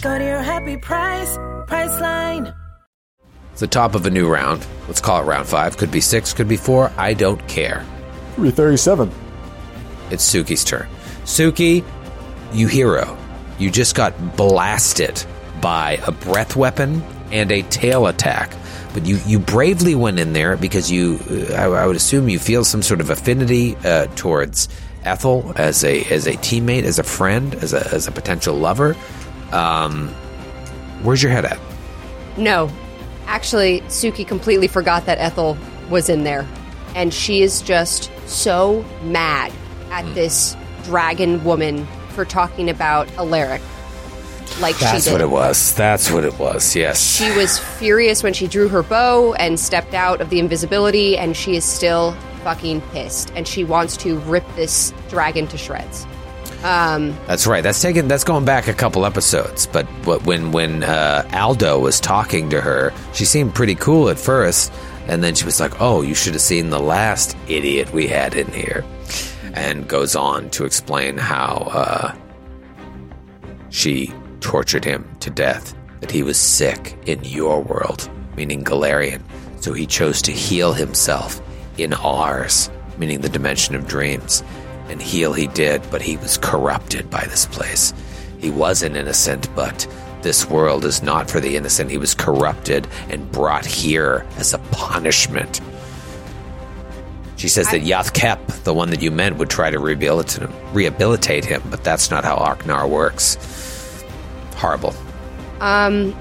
Go to your happy price, price line.
It's the top of a new round. Let's call it round five. Could be six. Could be four. I don't care.
337.
It's Suki's turn. Suki, you hero. You just got blasted by a breath weapon and a tail attack. But you, you bravely went in there because you, uh, I, I would assume you feel some sort of affinity uh, towards Ethel as a as a teammate, as a friend, as a, as a potential lover. Um, where's your head at?
No. Actually, Suki completely forgot that Ethel was in there. And she is just so mad at this dragon woman for talking about Alaric. Like she did.
was. That's what it was. Yes.
She was furious when she drew her bow and stepped out of the invisibility, and she is still fucking pissed. And she wants to rip this dragon to shreds. Um,
That's right. That's taken. That's going back a couple episodes. But but when when uh, Aldo was talking to her, she seemed pretty cool at first, and then she was like, "Oh, you should have seen the last idiot we had in here," and goes on to explain how uh, she tortured him to death. That he was sick in your world, meaning Galarian, so he chose to heal himself in ours, meaning the dimension of dreams. And heal he did, but he was corrupted by this place. He was an innocent, but this world is not for the innocent. He was corrupted and brought here as a punishment. She says that Yathkep, the one that you meant, would try to rehabilitate him, rehabilitate him, but that's not how Arknar works. Horrible.
Um,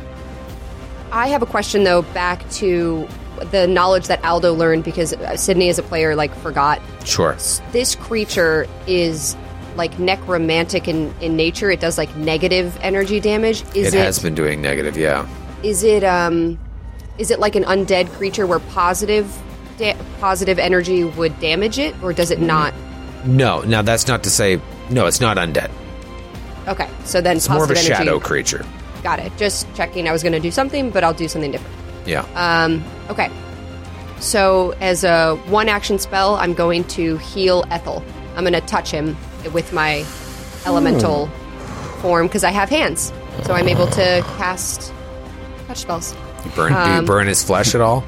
I have a question though, back to the knowledge that Aldo learned because Sydney, as a player, like forgot
Sure.
this creature is like necromantic in, in nature. It does like negative energy damage. Is
it
it,
has been doing negative, yeah.
is it um is it like an undead creature where positive da- positive energy would damage it or does it
Mm-hmm.
not?
No, now that's not to say no, it's not undead.
Okay, so then
It's more of a
positive energy.
shadow creature.
Got it. Just checking. I was going to do something, but I'll do something different.
Yeah.
Um, okay. So, as a one action spell, I'm going to heal Ethel. I'm going to touch him with my elemental
Hmm.
form because I have hands. So, I'm able to cast touch spells.
you burn do you
um,
burn his flesh at all?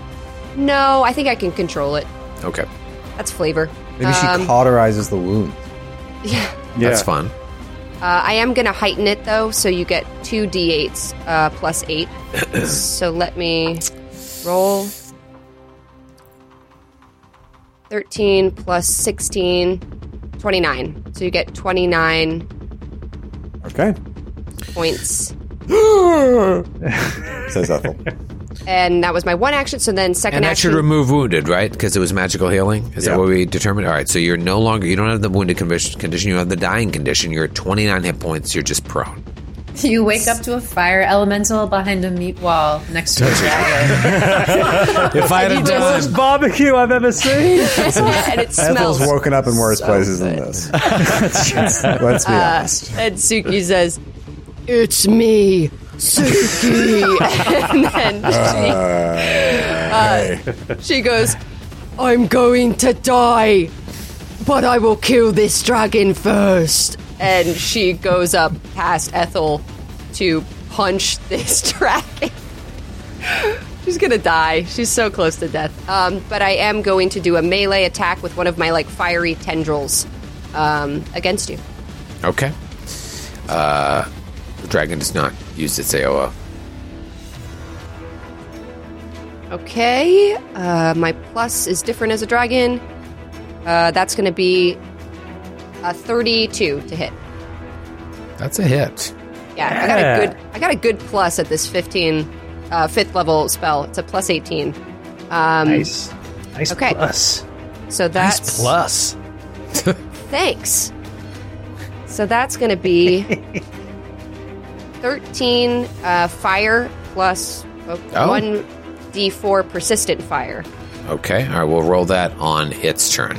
No, I think I can control it.
Okay.
That's flavor.
Maybe she
Um,
cauterizes the wound.
That's fun.
Uh, I am going to heighten it though, so you get two d8s uh, plus eight. so let me roll. 13 plus 16, 29. So you get 29
Okay.
points.
Says Ethel.
And that was my one action. So then second
And that
action.
should remove wounded, right? Because it was magical healing. Is
Yeah.
that what we determined? All right. So you're no longer you don't have the wounded condition. Condition. You have the dying condition. You're at 29 hit points. You're just prone.
You wake up to a fire elemental behind a meat wall next to a dragon.
If I had
Best barbecue I've ever seen.
and it
Ethel's
smells.
woken up in worse places than this. Let's- Let's be honest.
Uh, And Suki says, It's me, Suki. and then
Uh.
she, uh, she goes, I'm going to die, but I will kill this dragon first. And she goes up past Ethel to punch this dragon. She's gonna die. She's so close to death. Um, but I am going to do a melee attack with one of my like fiery tendrils um, against you.
Okay. Uh, the dragon does not use its AOA.
Okay, uh, my plus is different as a dragon. Uh, that's going to be a 32 to hit.
That's a hit.
Yeah, I got a good. I got a good plus at this 15, uh, fifth level spell. It's a plus 18.
nice. Nice
Okay.
plus.
So that's
Plus,
thanks. So that's going to be 13 uh, fire plus oh,
Oh.
one d4 persistent fire.
Okay. All right. We'll roll that on its turn.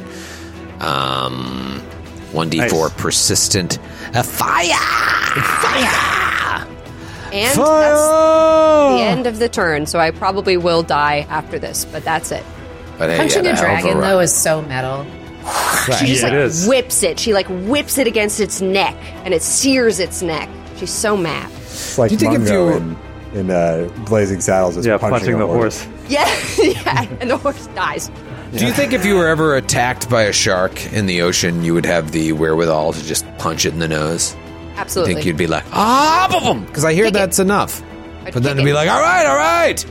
Um, 1d4
Nice.
persistent uh, fire.
And that's the end of the turn, so I probably will die after this, but that's it.
But hey,
Punching
yeah,
a
the
dragon
override.
though is so metal.
She just
Yeah,
like
it is.
whips it. She like whips it against its neck and it sears its neck. She's so mad.
It's like
Do you think if
Mungo
you-
in, in uh, Blazing Saddles is
Yeah,
punching,
punching
a
the horse.
Yeah, yeah. And the horse dies.
Do you think if you were ever attacked by a shark in the ocean, you would have the wherewithal to just punch it in the nose? I
Absolutely.
think you'd be like, ah, of them, because I hear
Kick it.
that's enough. But then
kick
to be
it.
like, all right, all right.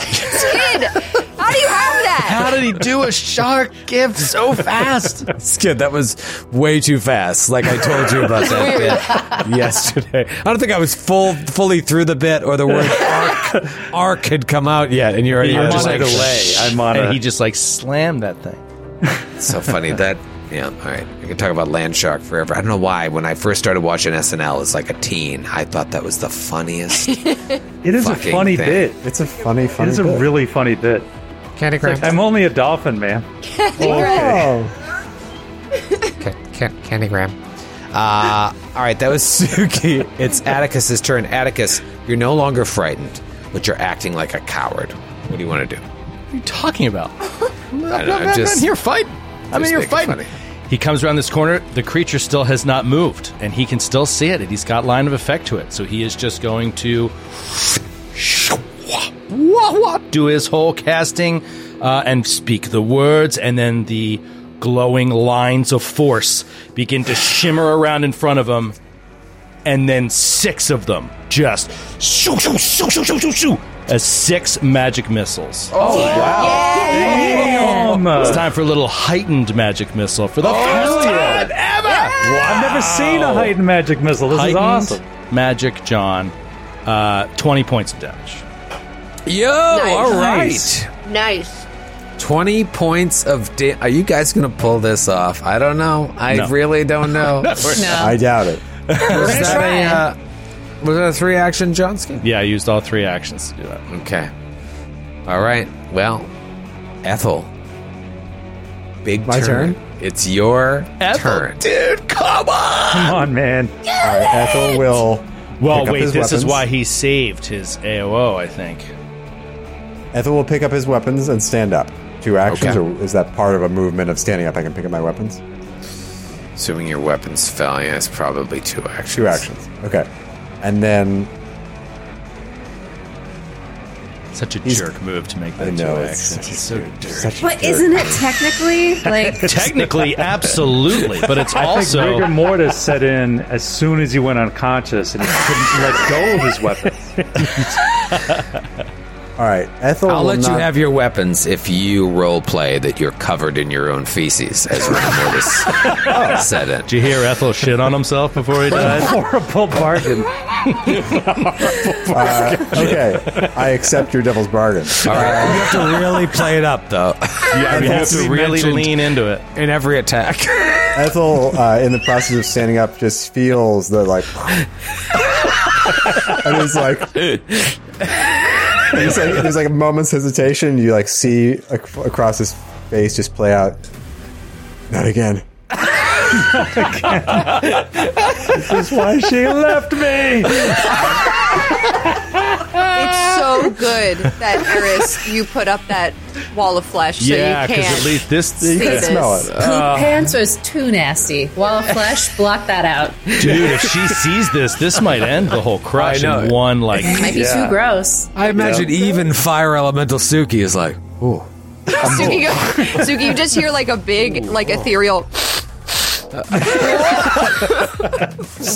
Kid, how do you have that?
how did he do a shark gift so fast?
Skid, that was way too fast. Like I told you about that bit yesterday. I don't think I was full, fully through the bit, or the word arc, arc had come out yet, and you're already
I'm
just
on a
like,
delay.
I'm on
and
a-
he just like slammed that thing.
It's so funny that. Yeah, all right. I could talk about Land Shark forever. I don't know why. When I first started watching SNL as like a teen, I thought that was the funniest.
It is a
Fucking
funny
thing.
bit.
It's a funny,
It
funny.
is a
bit.
really funny bit.
Candy Crush.
I'm only a dolphin, man.
Oh,
Candygram. Uh, all right, that was Suki. It's Atticus's turn. Atticus, you're no longer frightened, but you're acting like a coward. What do you want to do?
What are you talking about? I'm,
I
I'm,
don't know,
I'm, I'm
just-
here fighting. I'm in
just
here
make it
fighting.
funny.
He comes around this corner. The creature still has not moved, and he can still see it, and he's got line of effect to it. So he is just going to do his whole casting uh, and speak the words, and then the glowing lines of force begin to shimmer around in front of him, and then six of them just shoo shoo shoo shoo shoo shoo shoo as six magic missiles.
Oh,
Oh,
Damn.
It's time for a little heightened magic missile for the first time ever.
I've never seen a heightened magic missile. This is
Heightened
awesome.
magic, John. Uh, Twenty points of damage.
Oh,
Yo, all right.
Nice.
20 points of da- Are you guys going to pull this off? I don't know. I
No.
really don't know.
I doubt it.
Was that a, uh, was that a three action Johnskin?
Yeah, I used all three actions to do that.
Okay. All right. Well, Ethel. Big
My turn?
It's your
Ethel,
turn.
dude, come on!
Come on, man.
All right, Ethel will.
Well,
pick up
wait,
his
this is
weapons.
why he saved his AOO, I think.
Ethel will pick up his weapons and stand up. Two actions,
Okay.
or is that part of a movement of standing up? I can pick up my weapons.
Assuming your weapons fell, yeah, it's probably two actions.
Two actions. Okay, and then
Such a
He's-
jerk move to make that
I know
two
it's such
actions.
a
It's so
jerk-
dirty.
such a
But
jerk.
isn't it technically like
Technically, absolutely, but it's
I think rigor
also
mortis set in as soon as he went unconscious and he couldn't let go of his weapon.
All right, Ethel.
I'll
will
let you
not-
have your weapons if you role play that you're covered in your own feces, as Rigor Mortis said it.
Did you hear Ethel shit on himself before he died?
Horrible bargain.
Uh,
okay, I accept your devil's bargain. Uh,
All right.
You have to really play it up, though.
yeah, you have
has to
to
be
really
mentioned.
lean into it.
In every attack.
Ethel, uh, in the process of standing up, just feels the like, and it's like, it's like there's like a moment's hesitation. and You like see ac- across his face just play out. Not again.
That's why she left me.
It's so good that Eris, you put up that wall of flesh so
yeah,
you
because
can't
at least this
see
You can
this.
smell it.
poop
Uh,
pants was too nasty? Wall of flesh, block that out.
dude, if she sees this, this might end the whole crush
know.
in one like
Might be too gross.
I imagine even Fire Elemental Suki is like,
Suki, you, Suki, you just hear like a big, like ethereal.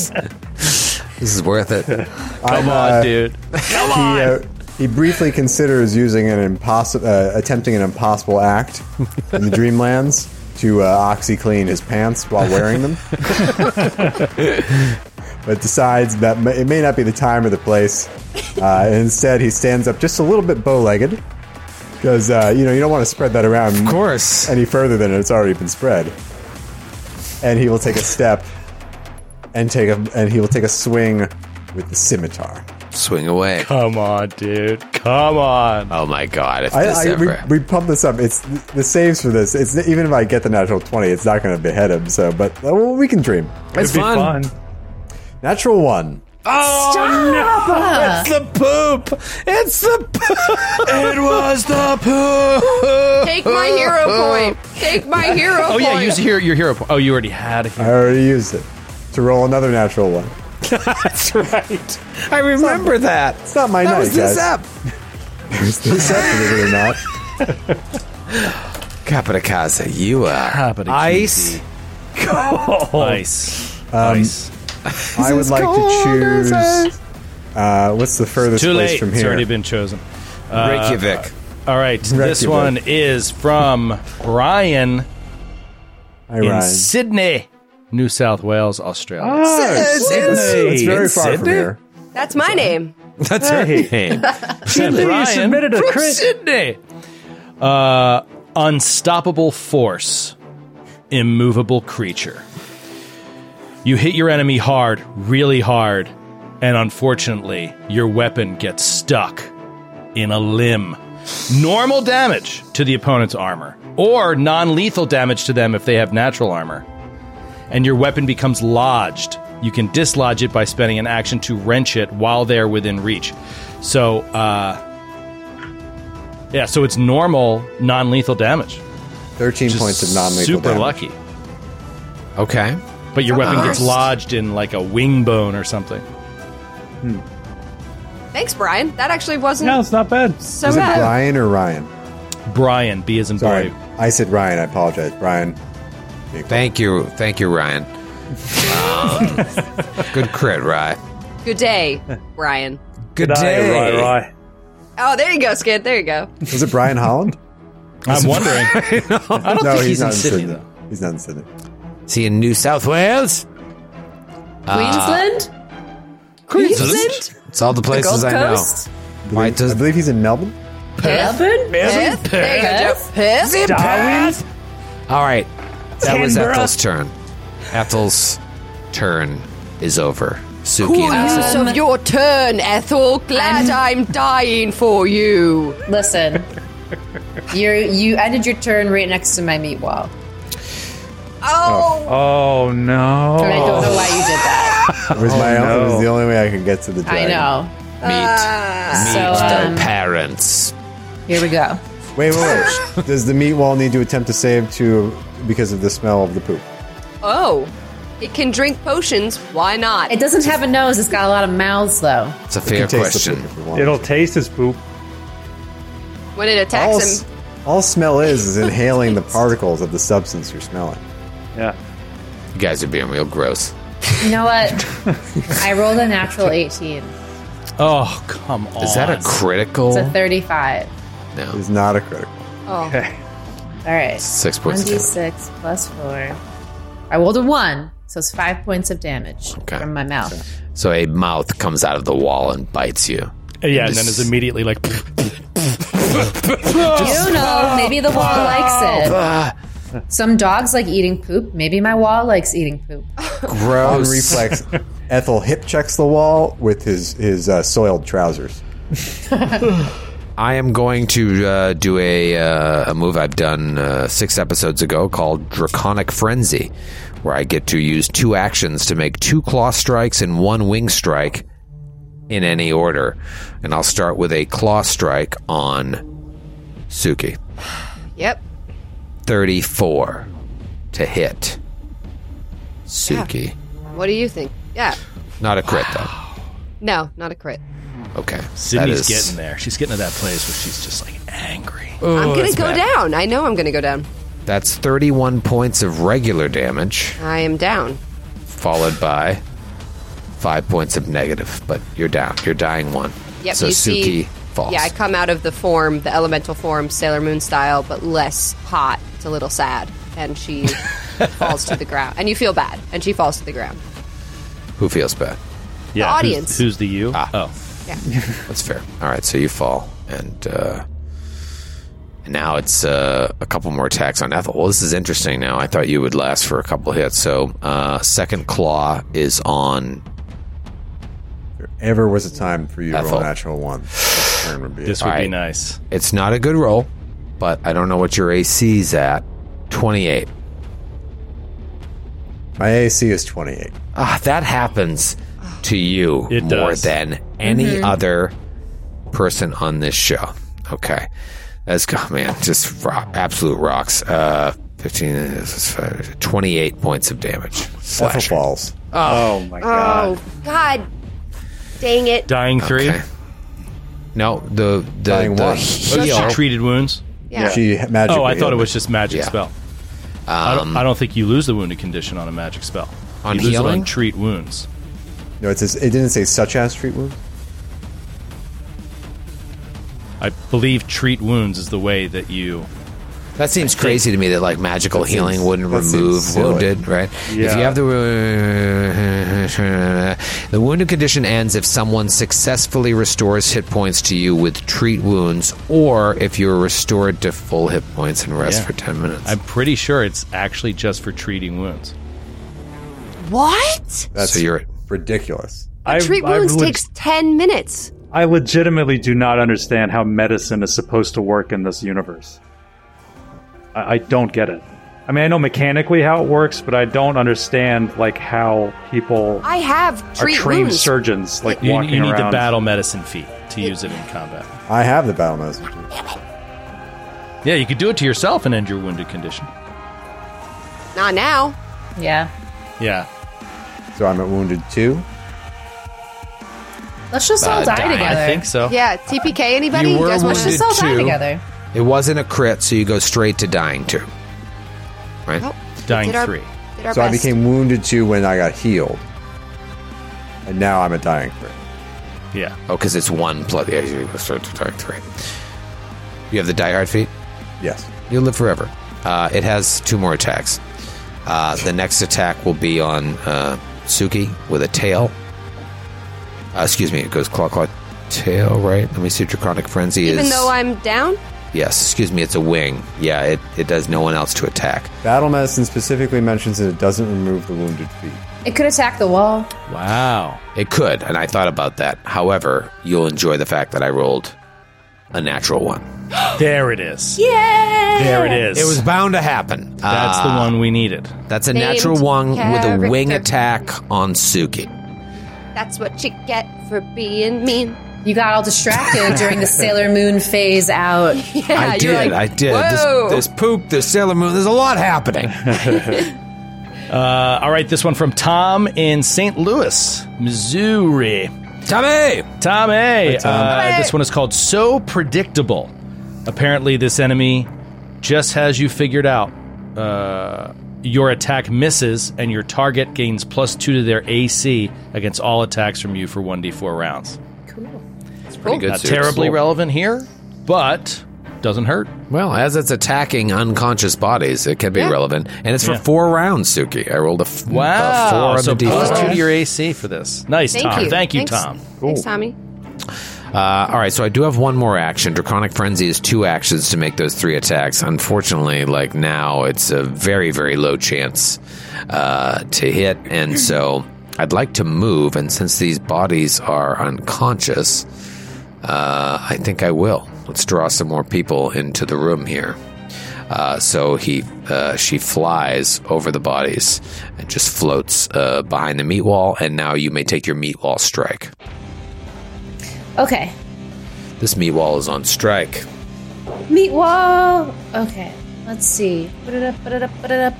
this is worth it.
come on, dude.
uh, He, uh, he briefly considers using an impossible, uh, attempting an impossible act in the Dreamlands to uh, oxy clean his pants while wearing them, but decides that ma- it may not be the time or the place. Uh, and instead, he stands up just a little bit bow-legged because uh, you know you don't want to spread that around
Of course.
any further than it's already been spread. And he will take a step and take a and he will take a swing with the scimitar.
Swing away.
Come on, dude. Come on.
Oh my god, if this
I, I,
ever.
we, we pump this up. It's the saves for this. It's even if I get the natural twenty, it's not going to behead him. So, but uh, well, we can dream.
it's
It'd be fun.
Natural one.
Oh,
It's the poop. It's the poop. it was the poop.
Take my hero point. Take my hero
Oh
point.
yeah, use your your hero. po- Oh, you already had a hero.
I already used it to roll another natural one.
That's right. I remember that.
It's not my
That
night,
was
guys.
this app.
It's this app, believe it or not.
Capitacasa, you are
Habit of
ice. Um,
keeping ice. ice.
I would like to choose. Uh, what's the furthest
Too
place
late.
from
It's
here? Uh,
already been chosen. Uh,
Reykjavik.
All right, this
Reykjavik.
one is from Ryan
Hi,
in
Ryan.
Sydney, New South Wales, Australia.
Ah, It's, it's very
In
far from
Sydney?
here.
That's my name.
That's
Hey.
name.
You
Ryan
submitted a
from
crit.
Sydney. Uh, unstoppable force, immovable creature. You hit your enemy hard, really hard, and unfortunately, your weapon gets stuck in a limb. Normal damage to the opponent's armor, or non lethal damage to them if they have natural armor. And your weapon becomes lodged. You can dislodge it by spending an action to wrench it while they're within reach. So, uh, yeah, so it's normal non lethal damage.
Thirteen
Just
points of non-lethal
Super
damage.
lucky.
Okay.
But your weapon gets
Nice.
lodged in like a wing bone or something.
Thanks, Brian. That actually wasn't
No, it's not bad.
so
Ah.
Is it
bad.
Ryan or Ryan?
Brian, B is in
Sorry,
boy.
I said Ryan. I apologize, Brian.
Thank you. Thank you, Ryan. Um, good crit, Ryan.
Good day, Brian.
Good
Die,
day.
Rye, Rye.
Oh, there you go, Skid. There you go.
Was it Brian Holland?
I'm wondering. I don't think he's, in Sydney, though.
He's not in Sydney.
Is he in New South Wales?
Queensland?
Ah. Queensland. It's all the places
Gold
I know.
Coast?
I
Why
believe,
does-
I believe he's in Melbourne.
Piff? Piff? There you go, Joe. Piff?
Uh, All right. That was
Canberra.
Ethel's turn. Ethel's turn is over. Suki
Cool
and Ethel.
use of your turn, Ethel. Glad I'm, dying for you.
Listen, you you ended your turn right next to my meat wall.
Oh,
Oh no! Oh,
And I don't know why you did that.
It was my own, it
no.
was the only way I could get to the dragon.
I know.
Meet, meet
so,
the
um,
parents.
Here we go.
Wait, wait, wait. Does the meat wall need to attempt to save to because of the smell of the poop?
oh. It can drink potions. Why not?
It doesn't have a nose. It's got a lot of mouths, though.
It's a fair
It can taste the
question.
poop if we want.
It'll taste his poop.
when it
all,
attacks
s-
him.
all smell is is inhaling the particles of the substance you're smelling.
Yeah.
You guys are being real gross.
You know what? I rolled a natural 18.
Oh, come on.
Is that a critical?
It's a 35.
no.
It's not a critical.
Oh,
All right.
Six points of damage.
1d6 plus 4. I rolled a 1, so it's 5 points of damage
Okay.
from my mouth.
So a mouth comes out of the wall and bites you.
Yeah, and then is immediately like.
Oh.
you know, maybe the wall likes it. Some dogs like eating poop. Maybe my wall likes eating poop.
On reflex, Ethel hip checks the wall with his his uh, soiled trousers.
I am going to uh, do a, uh, a move I've done uh, six episodes ago called Draconic Frenzy, where I get to use two actions to make two claw strikes and one wing strike in any order. And I'll start with a claw strike on Suki.
yep.
34 to hit. Suki.
What do you think? Yeah.
Not a crit,
No, not a crit.
though. Okay.
Sydney's
that is-
getting there. She's getting to that place where she's just like angry.
Oh,
I'm gonna go down. I know I'm gonna go down.
That's 31 points of regular damage.
I am down.
followed by five points of negative, but you're down. You're dying one.
Yep.
so
you
Suki
see,
falls.
Yeah, I come out of the form, the elemental form, Sailor Moon style, but less hot. It's a little sad, and she falls to the ground. And you feel bad, and she falls to the ground.
Oh
Who feels bad? Ah.
Yeah,
The
who's-
audience.
Who's, the you? Oh,
That's fair. All right, so you fall, and uh, and now it's uh, a couple more attacks on Ethel. Well, this is interesting. Now I thought you would last for a couple hits. So uh, second claw is on
There ever was a time for you to roll
Ethel.
a natural one. This turn would be it.
this would be
Alright.
nice.
It's not a good roll, but I don't know what your AC's at. Twenty-eight.
My AC is 28.
Ah, that happens to you
It
more
does.
than any other person on this show. Okay. That's, oh man, just rock, absolute rocks. Uh, 15, uh, 28 points of damage.
Ethel
Slash.
falls.
Oh my god.
Oh God, dang it!
Dying three.
Okay. No, the, the,
Dying
the
one.
heal.
She treated wounds.
Yeah.
She magically
Oh, I thought it
healed
was just magic
Yeah.
spell. I, don't, I don't think you lose the wounded condition on a magic spell.
On
you lose it
healing?
on treat wounds.
me. No, it, says, it didn't say such as street wound.
I believe treat wounds is the way that you.
That seems crazy to me that like magical
That
healing
seems-
wouldn't
that seems
remove
silly.
wounded, right? If you
Yeah.
have the wo- the wounded condition ends if someone successfully restores hit points to you with treat wounds, or if you're restored to full hit points and rest
Yeah.
for ten minutes.
I'm pretty sure it's actually just for treating wounds.
What?
That's
so you're
ridiculous.
I,
Treat
I
wounds
leg-
takes ten minutes.
I legitimately do not understand how medicine is supposed to work in this universe. I, I don't get it. I mean, I know mechanically how it works, but I don't understand like how people
I have
are
treat
trained
wounds.
surgeons like
You,
walking
you need
around.
the battle medicine feat to use it in combat.
I have the battle medicine. too.
Yeah, you could do it to yourself and end your wounded condition.
Not now.
Yeah.
Yeah.
So I'm at wounded two.
Let's just all
Uh,
die
dying, I
together.
I think so.
Yeah, TPK. Anybody?
You
You,
were
guys want
Let's
to?
just all die
Two.
together.
it wasn't a crit, so you go straight to dying two. Right?
Nope.
Dying
Oh. Did our-
three.
did our
So I
best.
became wounded two when I got healed. And now I'm a dying crit.
Yeah.
Oh, because it's one plus. Yeah, you go straight to dying three. You have the diehard feat.
Yes.
You'll live forever. Uh, it has two more attacks. Uh, the next attack will be on uh, Suki with a tail. Uh, excuse me, it goes claw claw tail, right? Let me see. Draconic Frenzy
Even
is.
though I'm down,
yes, excuse me. It's a wing. Yeah, it, it does no one else to attack.
Battle medicine specifically mentions that it doesn't remove the wounded feet.
It could attack the wall.
Wow. It could, and I thought about that. However, you'll enjoy the fact that I rolled a natural one.
there it is.
Yeah.
There it is.
It was bound to happen. Ah.
That's the one we needed.
That's a
Named
natural one with a wing
character.
attack on Suki.
that's what you get for being mean.
You got all distracted during the Sailor Moon phase out.
Yeah,
I
you're
did.
like,
I did.
Whoa.
This, this poop, this Sailor Moon, there's a lot happening.
Uh, all right, this one from Tom in St. Louis, Missouri.
Tommy!
Tom A. Uh,
Hey.
This one is called So Predictable. Apparently, this enemy just has you figured out. Uh, your attack misses, and your target gains plus two to their AC against all attacks from you for 1d4
Hmm.
rounds.
cool.
Good
Not
suit.
terribly relevant here, but doesn't hurt.
Well, as it's attacking unconscious bodies, it can be relevant. And it's for
Yeah.
four rounds, Suki. I rolled a, f- a four
Wow.
on
So
the
plus two
D4.
to your AC for this. Nice,
Thank
Tom.
you.
Thank you,
Thanks.
Tom.
Thanks, Tommy.
Uh, all right, so I do have one more action. Draconic Frenzy is two actions to make those three attacks. Unfortunately, like now, it's a very, very low chance uh, to hit. And so I'd like to move. And since these bodies are unconscious, uh, I think I will. Let's draw some more people into the room here. Uh, so he, uh, she flies over the bodies and just floats uh, behind the meat wall. And now you may take your meat wall strike.
Okay.
This meat wall is on strike.
Meat wall. Okay. Let's see. Put it up, put it up, put it up.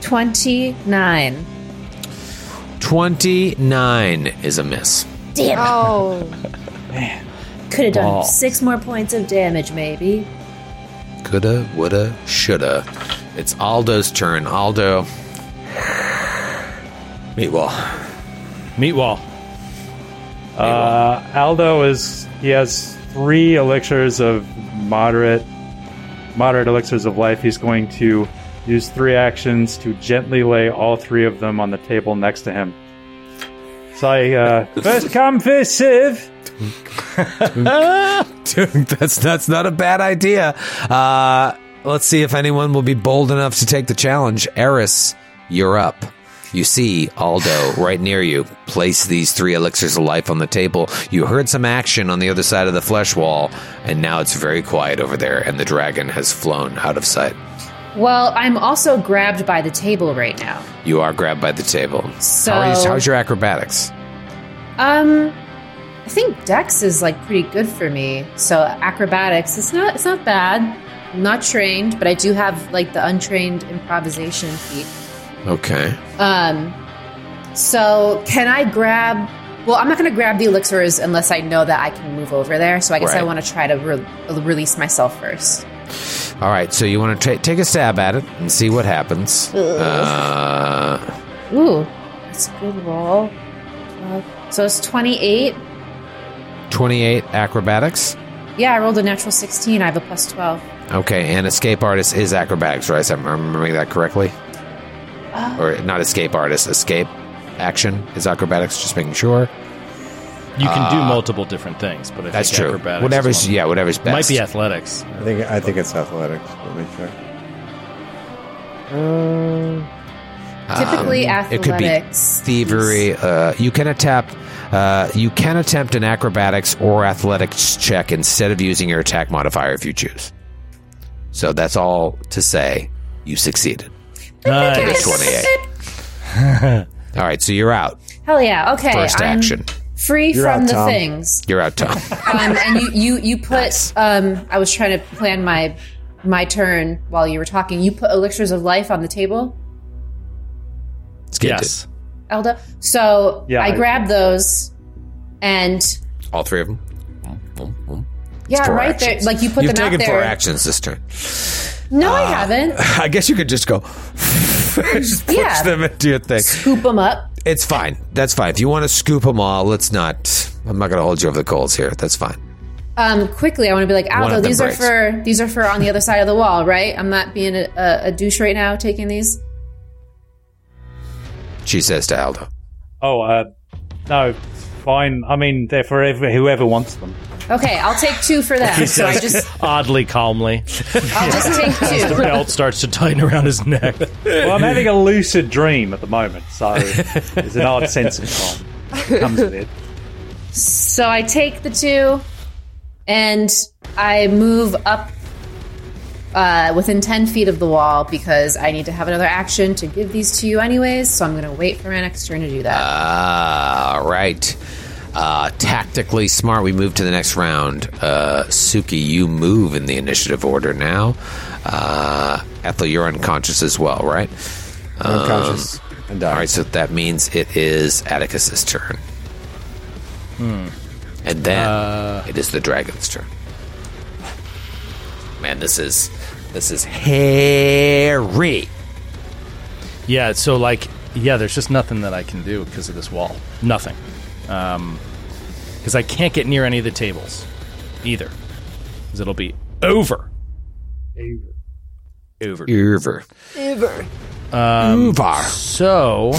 29.
29 is a miss.
Damn.
Oh,
Could have done
Ball.
six more points of damage, maybe.
Coulda, woulda, shoulda. It's Aldo's turn. Aldo. Meatwall.
Meatwall.
Uh, Aldo is he has three elixirs of moderate moderate elixirs of life. He's going to use three actions to gently lay all three of them on the table next to him. So I uh, first come first serve.
Dude, that's that's not a bad idea. Uh,
Let's see if anyone will be bold enough to take the challenge. Eris, you're up. You see Aldo right near you. Place these three elixirs of life on the table. You heard some action on the other side of the flesh wall, and now it's very quiet over there, and the dragon has flown out of sight.
Well, I'm also grabbed by the table right now.
You are grabbed by the table.
So
How are you- how's your acrobatics?
Um, I think Dex is like pretty good for me. So acrobatics, it's not it's not bad. I'm not trained, but I do have like the untrained improvisation feat.
Okay.
Um, so can I grab? Well, I'm not going to grab the elixirs unless I know that I can move over there. So I guess I
Right.
want to try to re- release myself first.
All right, so you want to ta take a stab at it and see what happens. Uh,
Ooh, that's a good roll. Uh, So it's 28.
28 acrobatics.
Yeah, I rolled a natural 16. I have a plus 12.
Okay, and escape artist is acrobatics, right? Am I remembering that correctly? Or not escape artist, escape action is acrobatics, just making sure.
You can
Ah.
do multiple different things, but I
That's
think
true.
acrobatics. is
Whatever's,
one.
yeah, whatever's
It
best.
Might be athletics.
I think I think it's athletics. Let me check. Uh,
Typically
Um, It could be
athletics.
thievery. Uh, you can attempt. Uh, you can attempt an acrobatics or athletics check instead of using your attack modifier if you choose. So that's all to say you succeeded.
Nice.
It's 28. all right, so you're out.
Hell yeah. Okay.
1st
I'm
action.
Free
You're
from
out,
the
Tom.
things.
You're out, Tom.
Um, and you, you, you put, um, I was trying to plan my, my turn while you were talking. You put elixirs of life on the table,
Let's get
Yes.
Elda. So
Yeah,
I
I-
grabbed those and
to all three of them.
yeah,
four
right
actions.
there. Like you put
You've
them out
taken
there.
four actions this turn. Uh,
No, I haven't.
I guess you could just go. just push
Yeah.
them into your thing.
Scoop them up.
It's fine. That's fine. If you want to scoop them all, let's not. I'm not going to hold you over the coals here. That's fine.
Um, quickly, I want to be like,
One
Aldo,
of them
these are
breaks.
for, these are for on the other side of the wall, right? I'm not being a, a, a douche right now taking these.
She says to Aldo.
Oh, uh, no, fine. I mean, they're for ev- whoever wants them.
Okay, I'll take two for that. So I just
oddly calmly.
I'll just take
As the
two.
belt starts to tighten around his neck.
Well, I'm having a lucid dream at the moment, so there's an odd sense of time that comes with it.
So I take the two, and I move up uh, within ten feet of the wall because I need to have another action to give these to you anyways. So I'm going to wait for my next turn to do that.
Uh,
All right. Uh, tactically smart. We move to the next round. Uh, Suki, you move in the initiative order now. Uh, Ethel, you're unconscious as well, right? Um,
Unconscious and
all
dying.
right, so that means it is Atticus's turn.
Hmm.
And then
Uh,
it is the dragon's turn. Man, this is this is hairy.
Yeah, so like, yeah, there's just nothing that I can do because of this wall. Nothing. Because I can't get near any of the tables either. Because it'll be over. Over.
Uber.
Um, So,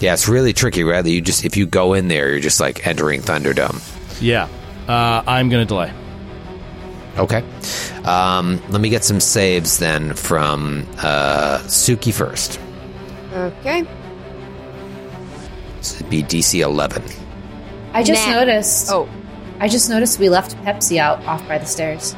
Yeah, it's really tricky. Rather, you just if you go in there, you're just like entering Thunderdome.
yeah, uh, I'm going to delay.
Okay. Um, let me get some saves then from uh, Suki first.
Okay.
This would be DC 11.
I just
Nah.
noticed.
Oh,
I just noticed we left Pepsi out off by the stairs.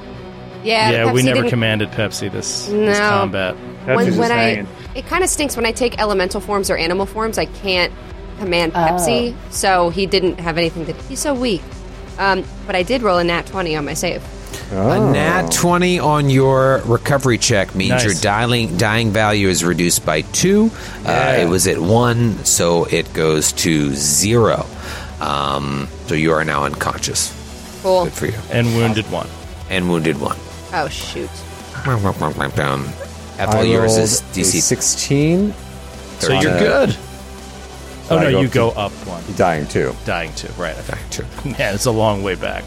yeah.
yeah, we
Pepsi
never
didn't-
commanded Pepsi this,
No.
this combat.
That's
When,
just
when I,
hanging.
it kind of stinks when I take elemental forms or animal forms. I can't command
Oh.
Pepsi, so he didn't have anything that he's so weak. Um, but I did roll a nat twenty on my save.
A nat 20 on your recovery check means
Nice.
your dying, dying value is reduced by two. Uh, it was at one, so it goes to zero. Um, so you are now unconscious.
Cool.
Good for you.
And wounded one.
And wounded one.
Oh shoot.
Ethel, yours is DC
16.
So you're
Uh,
good.
so
Oh,
I
no,
go
you
up
go up one.
Dying too.
Dying two, right. I think.
32.
Man, it's a long way back.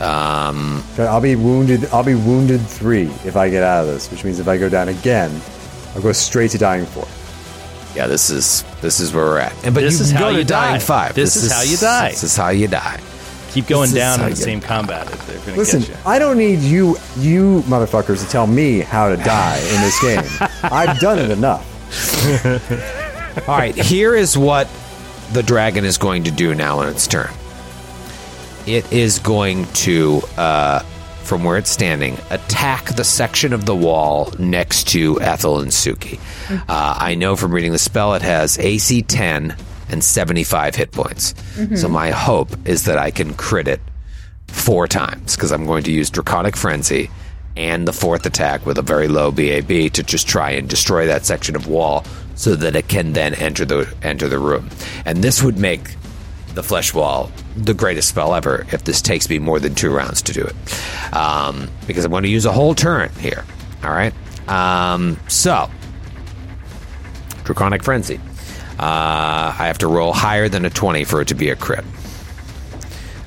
Um,
So I'll be wounded. I'll be wounded three if I get out of this, which means if I go down again, I'll go straight to dying four.
Yeah, this is this is where we're at. And but
This
you
is
can
how
go to
you
dying
die.
five.
This is how you die.
This is how you die.
Keep going
This is
down
how
in the
you-
same combat if they're going to
Listen,
get you.
I don't need you, you motherfuckers, to tell me how to die in this game. I've done it enough.
All right, here is what the dragon is going to do now on its turn. It is going to, uh, from where it's standing, attack the section of the wall next to Ethel and Suki. Uh, I know from reading the spell it has AC 10 and 75 hit points. So my hope is that I can crit it four times because I'm going to use Draconic Frenzy and the fourth attack with a very low BAB to just try and destroy that section of wall so that it can then enter the enter the room. And this would make the flesh wall the greatest spell ever if this takes me more than two rounds to do it um, because I'm going to use a whole turn here. All right, um, so Draconic Frenzy. Uh, I have to roll higher than a 20 for it to be a crit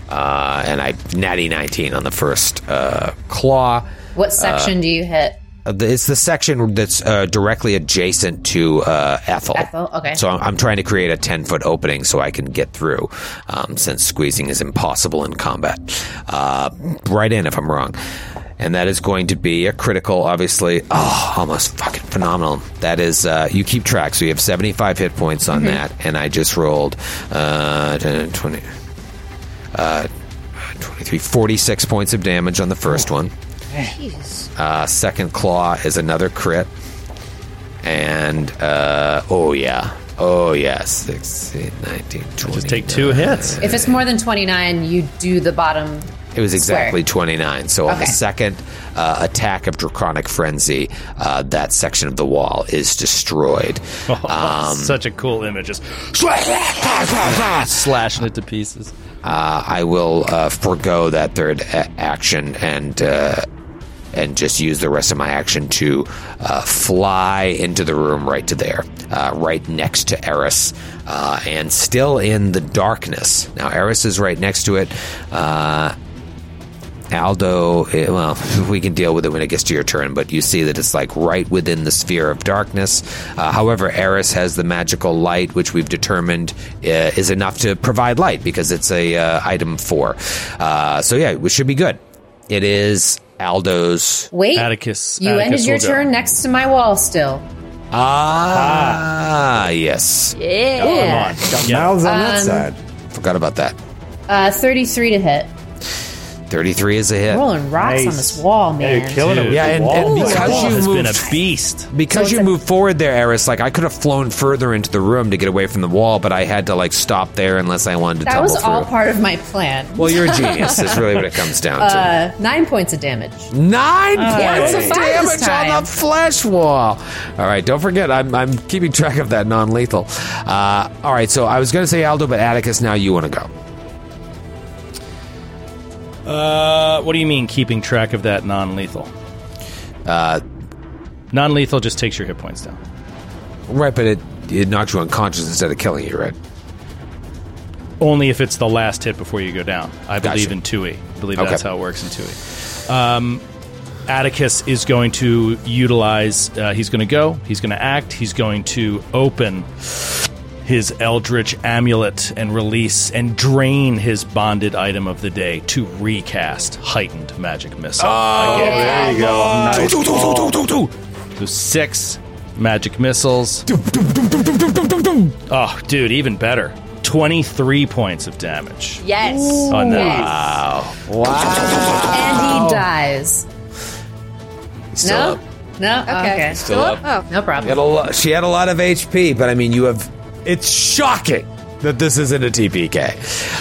uh, and I natty 19 on the first uh, claw.
What section do you hit?
Uh, the- It's the section that's uh, directly adjacent to uh, Ethel.
Ethel, okay.
So I'm, I'm trying to create a 10 foot opening so I can get through, um, since squeezing is impossible in combat. Uh, right in if I'm wrong. And that is going to be a critical, obviously. Oh, almost fucking phenomenal. That is, uh, you keep track. So you have 75 hit points
Mm-hmm.
on that. And I just rolled uh, 10, 20, uh, 23, 46 points of damage on the
Oh.
first one. Uh, second claw is another crit. And, uh, oh yeah. Oh yeah. 16, 19, 20.
Just take two hits.
If it's more than 29, you do the bottom.
It was exactly 29. So on the
Okay.
second uh, attack of Draconic Frenzy, uh, that section of the wall is destroyed.
Oh,
Um,
Such a cool image. Just slashing it to pieces.
uh, I will uh, forego that third a- action and uh, and just use the rest of my action to uh, fly into the room right to there, uh, right next to Eris, uh, and still in the darkness. Now Eris is right next to it. Uh, Aldo, eh, well, we can deal with it when it gets to your turn, but you see that it's like right within the sphere of darkness. Uh, however, Eris has the magical light, which we've determined uh, is enough to provide light because it's a uh, item four. Uh, so yeah, we should be good. It is Aldo's.
Wait,
Atticus.
you ended your turn next to my wall still.
Ah, yes.
Yeah.
Got mouths on that
Um,
side.
Forgot about that.
Uh, 33 to hit.
Thirty-three is a hit.
Rolling rocks on
Nice.
this wall, man.
you're killing it. With
Yeah,
the
and,
wall.
and
This
because
wall
you
has
moved,
been a beast.
because
So
you
it's a-
moved forward there, Eris, like I could have flown further into the room to get away from the wall, but I had to like stop there unless I wanted to
that
tumble
was all
through.
part of my plan.
well, you're a genius. is really what it comes down to.
Uh, nine points of damage.
Nine
it's
points
a
of
five
damage
this time.
on the flesh wall. All right, don't forget, I'm, I'm keeping track of that non lethal. Uh, all right, so I was going to say Aldo, but Atticus, now you want to go.
Uh, what do you mean keeping track of that non-lethal?
Uh,
Non-lethal just takes your hit points down.
right, but it, it knocked you unconscious instead of killing you, right?
Only if it's the last hit before you go down. I
Gotcha.
believe in 2e. I believe
Okay.
that's how it works in 2e. Um, Atticus is going to utilize, uh, he's going to go, he's going to act, he's going to open his Eldritch amulet and release and drain his bonded item of the day to recast Heightened Magic Missile.
Oh, There you go. Nice.
So six magic missiles. Oh, dude, even better. 23 points of damage
Yes.
Oh,
on that.
And he dies.
Still
No?
up.
No?
Okay.
Okay.
Still up.
Oh.
No
Had
problem.
a lo- she had a lot of HP, but I mean, you have.
It's shocking that this isn't a TPK.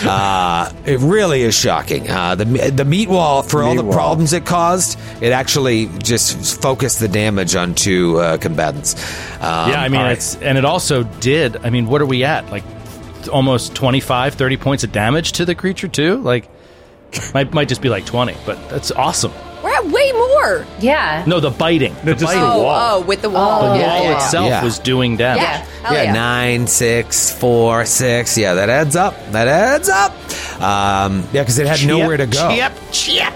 Uh, it really is shocking. Uh, the the meat wall for all the
Meat wall.
problems it caused, it actually just focused the damage onto uh, combatants. Um,
yeah, I mean,
all right.
it's, and it also did. I mean, what are we at? Like almost 25, 30 points of damage to the creature, too? Like, might, might just be like 20, but that's awesome.
We're at way more.
Yeah.
No, the biting. The,
just
biting.
the
Oh,
wall.
oh, with the wall.
Oh,
yeah,
wall
yeah, yeah.
itself
Yeah.
was doing damage.
Yeah. Hell
yeah,
yeah.
nine, six, four, six. Yeah, that adds up. That adds up. Um, yeah, because it had nowhere to go.
Chip, chip.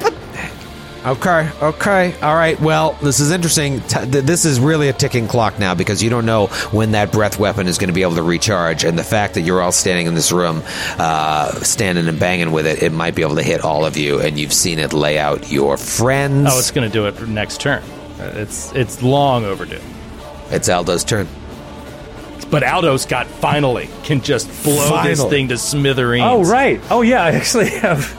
Okay, okay, all right. Well, this is interesting. T- th- this is really a ticking clock now because you don't know when that breath weapon is going to be able to recharge, and the fact that you're all standing in this room, uh, standing and banging with it, it might be able to hit all of you, and you've seen it lay out your friends.
Oh, it's going to do it next turn. It's, it's long overdue.
it's Aldo's turn.
But Aldo's got finally can just blow this
Finally.
thing to smithereens.
Oh right. Oh yeah. I actually have.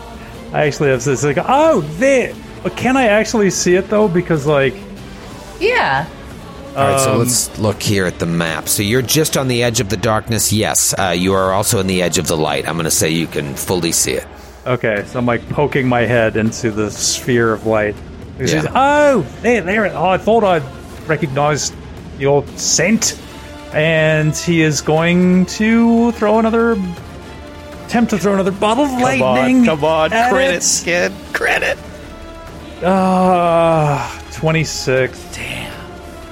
I actually have this. Like oh, there. Can I actually see it though? Because like um,
Yeah.
All right, so let's look here at the map. So you're just on the edge of the darkness. Yes, uh, you are also on the edge of the light. I'm going to say you can fully see it.
Okay, so I'm like poking my head into the sphere of light. It
Yeah.
says, oh, there, there. it- Oh, I thought I recognized your scent. And he is going to throw another attempt to throw another bottle of lightning.
come on,
at
credit,
it.
kid, credit.
Ah, 26.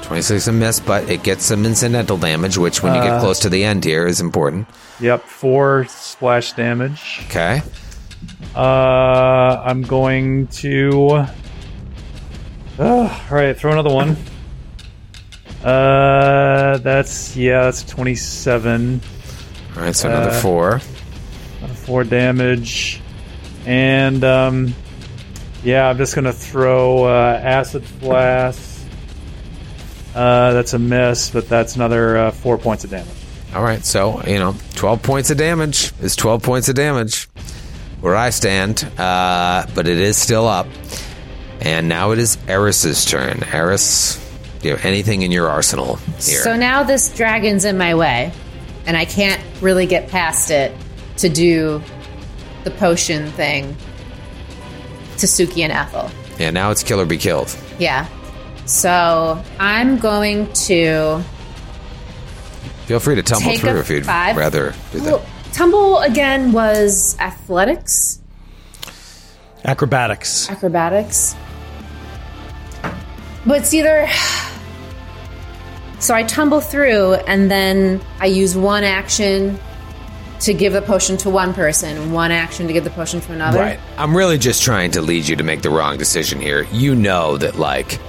26 a miss, but it gets some incidental damage, which when you get close to the end here is important.
Yep, four splash damage.
Okay.
Uh, I'm going to. Oh, all right, throw another one. Uh, that's yeah, that's 27.
All right, so another four.
four damage, and um, yeah, I'm just gonna throw uh, acid blast. Uh, that's a miss, but that's another uh, four points of damage.
All right, so, you know, 12 points of damage is 12 points of damage where I stand, uh, but it is still up. And now it is Eris's turn. Eris, do you have anything in your arsenal here?
So now this dragon's in my way, and I can't really get past it to do the potion thing to Suki and Ethel.
yeah, now it's kill or be killed.
Yeah. So I'm going to
Feel free to tumble
Take a
through if you'd
five.
rather do that.
Well, tumble again was athletics,
Acrobatics.
acrobatics. But it's either so I tumble through and then I use one action to give the potion to one person, one action to give the potion to another.
Right. I'm really just trying to lead you to make the wrong decision here. You know that, like,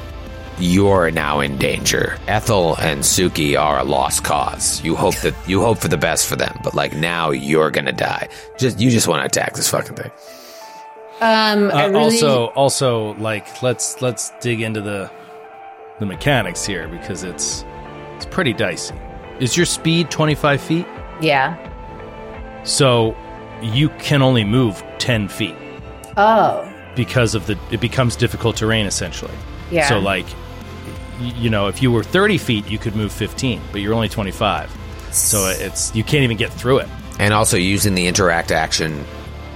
you're now in danger. Ethel and Suki are a lost cause. You hope that you hope for the best for them, but like now you're gonna die. Just you just want to attack this fucking thing.
Um, I
Uh,
really,
Also, also, like let's let's dig into the the mechanics here because it's it's pretty dicey. Is your speed twenty five feet?
yeah.
So you can only move ten feet
Oh,
because of the it becomes difficult terrain essentially.
Yeah.
So like y- you know, if you were thirty feet, you could move fifteen, but you're only twenty five. So it's you can't even get through it.
And also using the interact action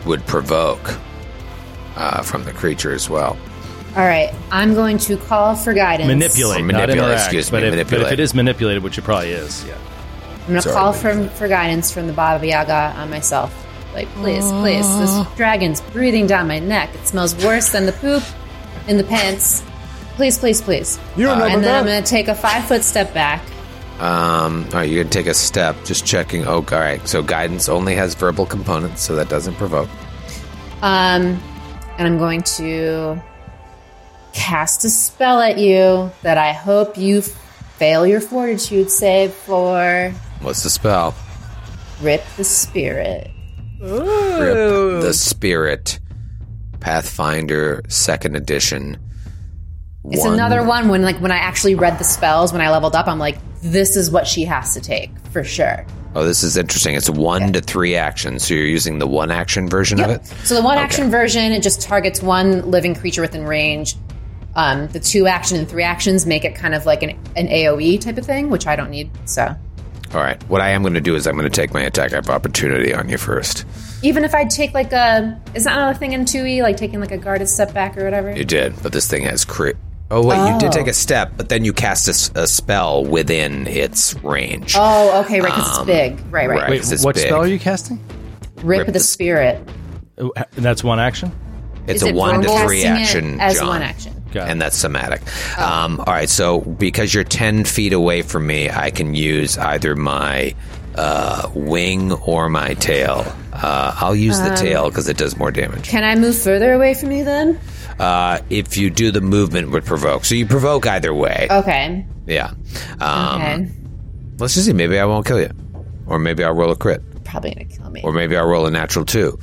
would provoke uh, from the creature as well.
all right. I'm going to call for guidance.
Manipulate,
Or
not
manipulate,
interact.
excuse
but,
me,
if, but if
manipulate.
it is manipulated, which it probably is, yeah.
I'm gonna
Sorry,
call for for guidance from the Baba Yaga on myself. Like, please, please, this dragon's breathing down my neck. It smells worse than the poop in the pants. Please, please, please.
You remember
and then
that?
I'm gonna take a five foot step back.
Um, all right, you're gonna take a step. Just checking. Oh, all right. So guidance only has verbal components, so that doesn't provoke.
Um, and I'm going to cast a spell at you that I hope you fail your fortitude save for.
What's the spell?
Rip the spirit.
Rip the Spirit, Pathfinder Second Edition.
It's another one when like when I actually read the spells when I leveled up, I'm like, this is what she has to take for sure.
Oh, this is interesting. It's one to three actions, so you're using the one action version of it.
So the one action version, it just targets one living creature within range. Um, the two action and three actions make it kind of like an, an AoE type of thing, which I don't need. So
All right. What I am going to do is I'm going to take my attack of opportunity on you first.
even if I take like a, is that another thing in 2E, like taking like a guarded step back or whatever?
You did, but this thing has crit. Oh wait, you did take a step, but then you cast a s- a, spell within its range. Um,
Oh, okay, right, because it's big. Right, right.
right. Wait, 'cause it's what big. spell are
you casting?
Rip, the, spirit.
Uh, That's one action.
Is
It's a
it
one to
verbal?
three
Casting it
action
as
John.
one action.
Got it.
and that's somatic.
Oh.
Um, all right, so because you're ten feet away from me, I can use either my uh, wing or my tail. Uh, I'll use
Um,
the tail because it does more damage.
Can I move further away from you then?
Uh, if you do the movement, would provoke. So you provoke either way.
Okay.
yeah. Um,
Oh. Okay.
Let's just see. Maybe I won't kill you, or maybe I'll roll a crit.
Probably gonna kill me.
or maybe I'll roll a natural two,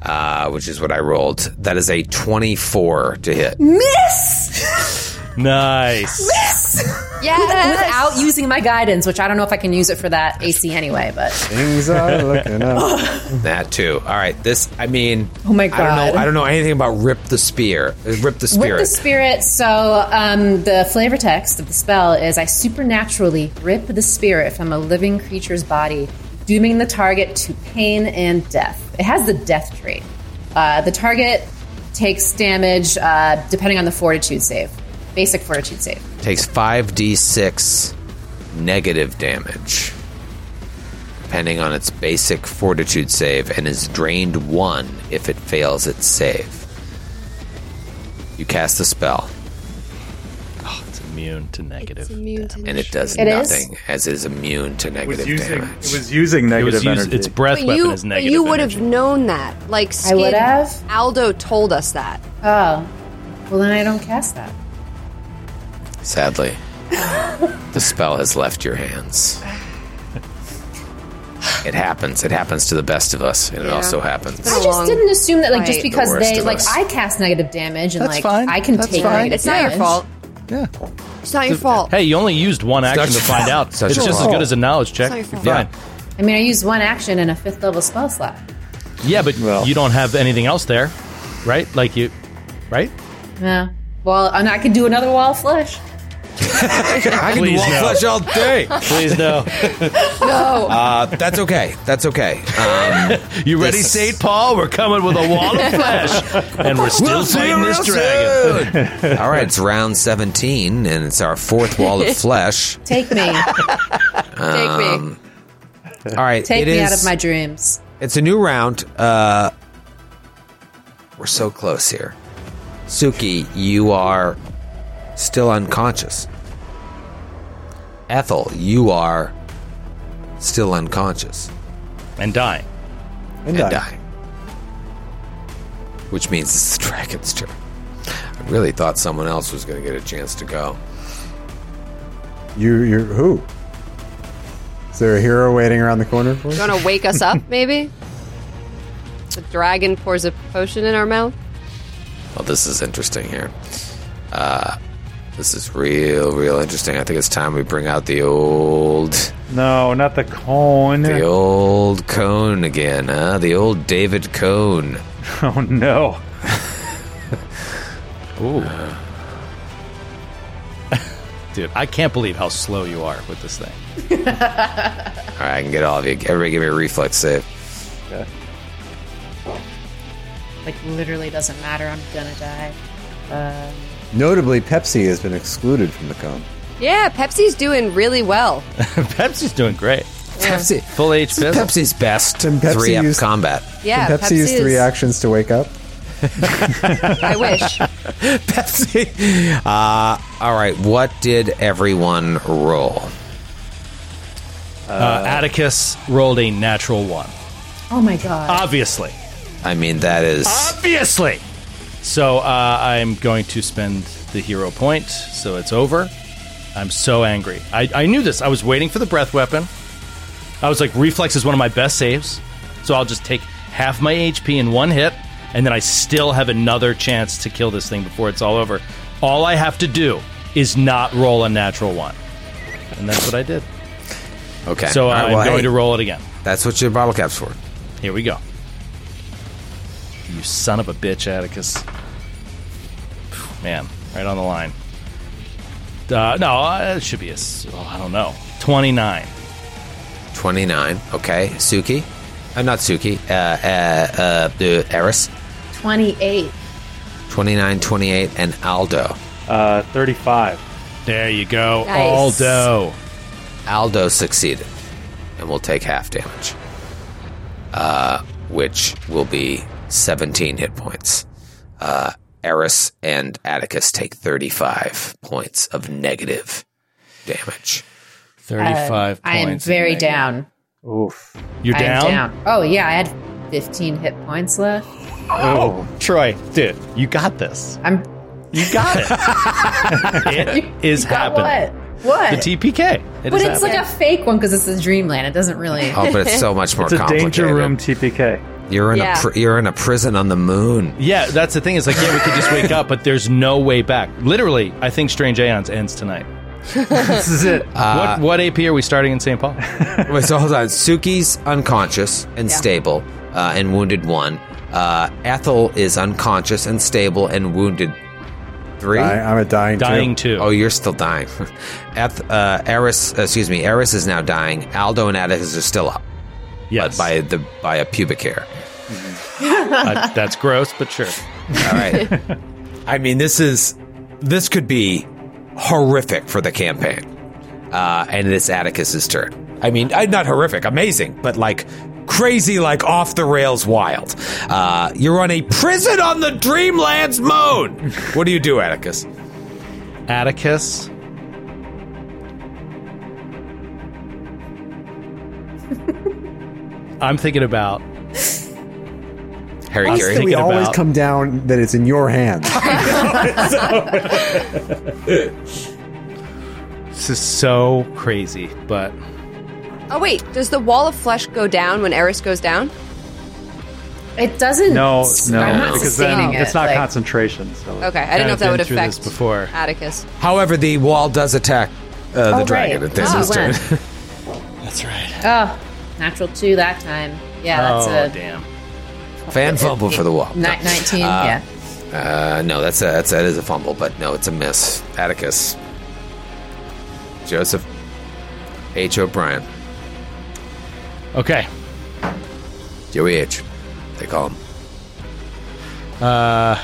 uh, which is what I rolled. That is a 24 to hit.
Nice.
Yeah, without using my guidance, which I don't know if I can use it for that AC anyway, but
Things are looking up.
That too. All right. This, I mean,
Oh my
I don't
God.
know. I don't know anything about rip the spear. Uh, Rip the
Rip
spirit.
the spirit. So um, the flavor text of the spell is: I supernaturally rip the spirit from a living creature's body, dooming the target to pain and death. It has the death trait. Uh, the target takes damage uh, depending on the fortitude save, basic fortitude save.
Takes 5d6 negative damage, depending on its basic fortitude save, and is drained one if it fails its save. You cast the spell, Oh,
It's immune to negative.
and it does
It is?
nothing, as it is immune to
It was
negative
using
damage.
it was using
It
negative
was used,
energy.
its breath
But
weapon
you,
is
but
negative.
you would have
energy.
known that. Like Skid,
would've?
Aldo told us that.
Oh, well then I don't cast that.
Sadly, the spell has left your hands. It happens. It happens to the best of us, and it also happens.
I
Along-
just didn't assume that, like,
Right.
just
The
because
worst
they,
of
like,
us.
I cast negative damage and,
That's
like,
fine.
I can
That's
take
fine.
negative
It's not your
damage.
fault.
Yeah.
It's not your fault.
Hey, you only used one action
not
to
your
find
fault.
out.
It's not
It's
your
just as
fault.
good as a knowledge check.
not your
You're
fault.
fine.
I mean, I used one action and a fifth level spell slot.
Yeah, but you don't have anything else there, right? Like you, right?
Yeah. Well, and I could do another wall of flesh.
I can
Please,
wall
no.
flush all day.
Please no.
Uh, that's okay. That's okay. Um,
You ready,
This-
St. Paul? We're coming with a wall of flesh, and we're still
We'll see
fighting
you
this
real
dragon.
soon. all right, it's round seventeen, and it's our fourth wall of flesh.
Take me.
Take me.
All Um, right,
Take
it
me out
is-
of my dreams.
It's a new round. Uh, we're so close here. Suki, you are still unconscious. Ethel, you are still unconscious.
and dying.
And,
and dying. Which means it's the dragon's turn. I really thought someone else was going to get a chance to go.
You, you, who? Is there a hero waiting around the corner for us?
Gonna wake us up, maybe? The dragon pours a potion in our mouth.
Well, this is interesting here. Uh, this is real, real interesting. I think it's time we bring out the old,
No, not the cone.
the old cone again, huh? The old David Cone.
Oh no.
Ooh. Dude, I can't believe how slow you are with this thing.
All right, I can get all of you. Everybody, give me a reflex save.
Like literally doesn't matter. I'm gonna die. Um,
Notably, Pepsi has been excluded from the cone.
Yeah, Pepsi's doing really well.
Pepsi's doing great.
Pepsi,
Full H
this is
Bizzle.
Pepsi's best
And Pepsi
three up
used-
combat.
Yeah,
Pepsi,
Pepsi
used three
is-
actions to wake up.
I wish.
Pepsi. Uh, all right, what did everyone roll?
Uh, Atticus rolled a natural one.
oh my god.
Obviously.
I mean, that is
Obviously. So uh, I'm going to spend the hero point, so it's over. I'm so angry. I, I knew this. I was waiting for the breath weapon. I was like, reflex is one of my best saves, so I'll just take half my HP in one hit, and then I still have another chance to kill this thing before it's all over. All I have to do is not roll a natural one, and that's what I did.
okay.
So
All right,
I'm
well,
going
hey,
to roll it again.
That's what your bottle caps for.
Here we go. You son of a bitch, Atticus. Man, right on the line. Uh, no, uh, it should be a. s- Oh, I don't know. 29.
29. Okay. Suki. Uh, not Suki. Uh, uh, uh, the Eris.
Twenty-eight.
29, 28, and Aldo.
Uh, 35.
There you go.
Nice.
Aldo.
Aldo succeeded and will take half damage, uh, which will be 17 hit points. Uh, Eris and Atticus take 35 points of negative damage.
35
Um, I am
points.
very down.
Oof.
You're
I am
down?
down. Oh yeah, I had fifteen hit points left.
Oh, Troy, dude, you got this.
I'm.
You got it. it is happening.
What? What?
The TPK. E It
but
is
it's like
happening.
a fake one because it's a dreamland. It doesn't really.
Oh, but it's so much more
It's a
complicated.
danger room TPK.
You're in
Yeah.
a pr- you're in a prison on the moon.
Yeah, that's the thing. It's like, yeah, we could just wake up, but there's no way back. Literally, I think Strange Aeons ends tonight.
This is it.
what
Uh,
what AP are we starting in St. Paul?
Wait, so hold on. Suki's unconscious and stable uh, and wounded one. Uh, Ethel is unconscious and stable and wounded three.
I, I'm a dying.
Dying
too.
too.
Oh, you're still dying. Eth, uh, Eris, excuse me, Eris is now dying. Aldo and Atticus are still up
yes,
by the by a pubic hair.
Uh, that's gross, but sure.
All right. I mean, this is this could be horrific for the campaign, uh, and it's Atticus's turn. I mean, I- not horrific, amazing, but like crazy, like off the rails, wild. Uh, you're on a prison on the Dreamlands moon. What do you do, Atticus?
Atticus. I'm thinking about.
Harry
Why
Carey.
do we
thinking
always
about-
come down that it's in your hands?
Uh, This is so crazy, but
Oh wait, does the wall of flesh go down when Eris goes down?
It doesn't.
No, no,
I'm not
because
sustaining
then
it.
it's not
like,
concentration. So
Okay, I didn't know if that
been
would
through
affect
this before.
Atticus.
However, the wall does attack uh, the
oh,
dragon.
right.
It does
Oh,
its turn.
wow.
that's right.
Oh, natural two that time. Yeah,
oh
that's
damn!
a
Fan fumble for the wall.
Ni- Nineteen. yeah.
Uh, no, that's a that's a, that is a fumble, but no, it's a miss. Atticus, Joseph, H. O'Brien,
Okay,
Joey H. They call him.
Uh,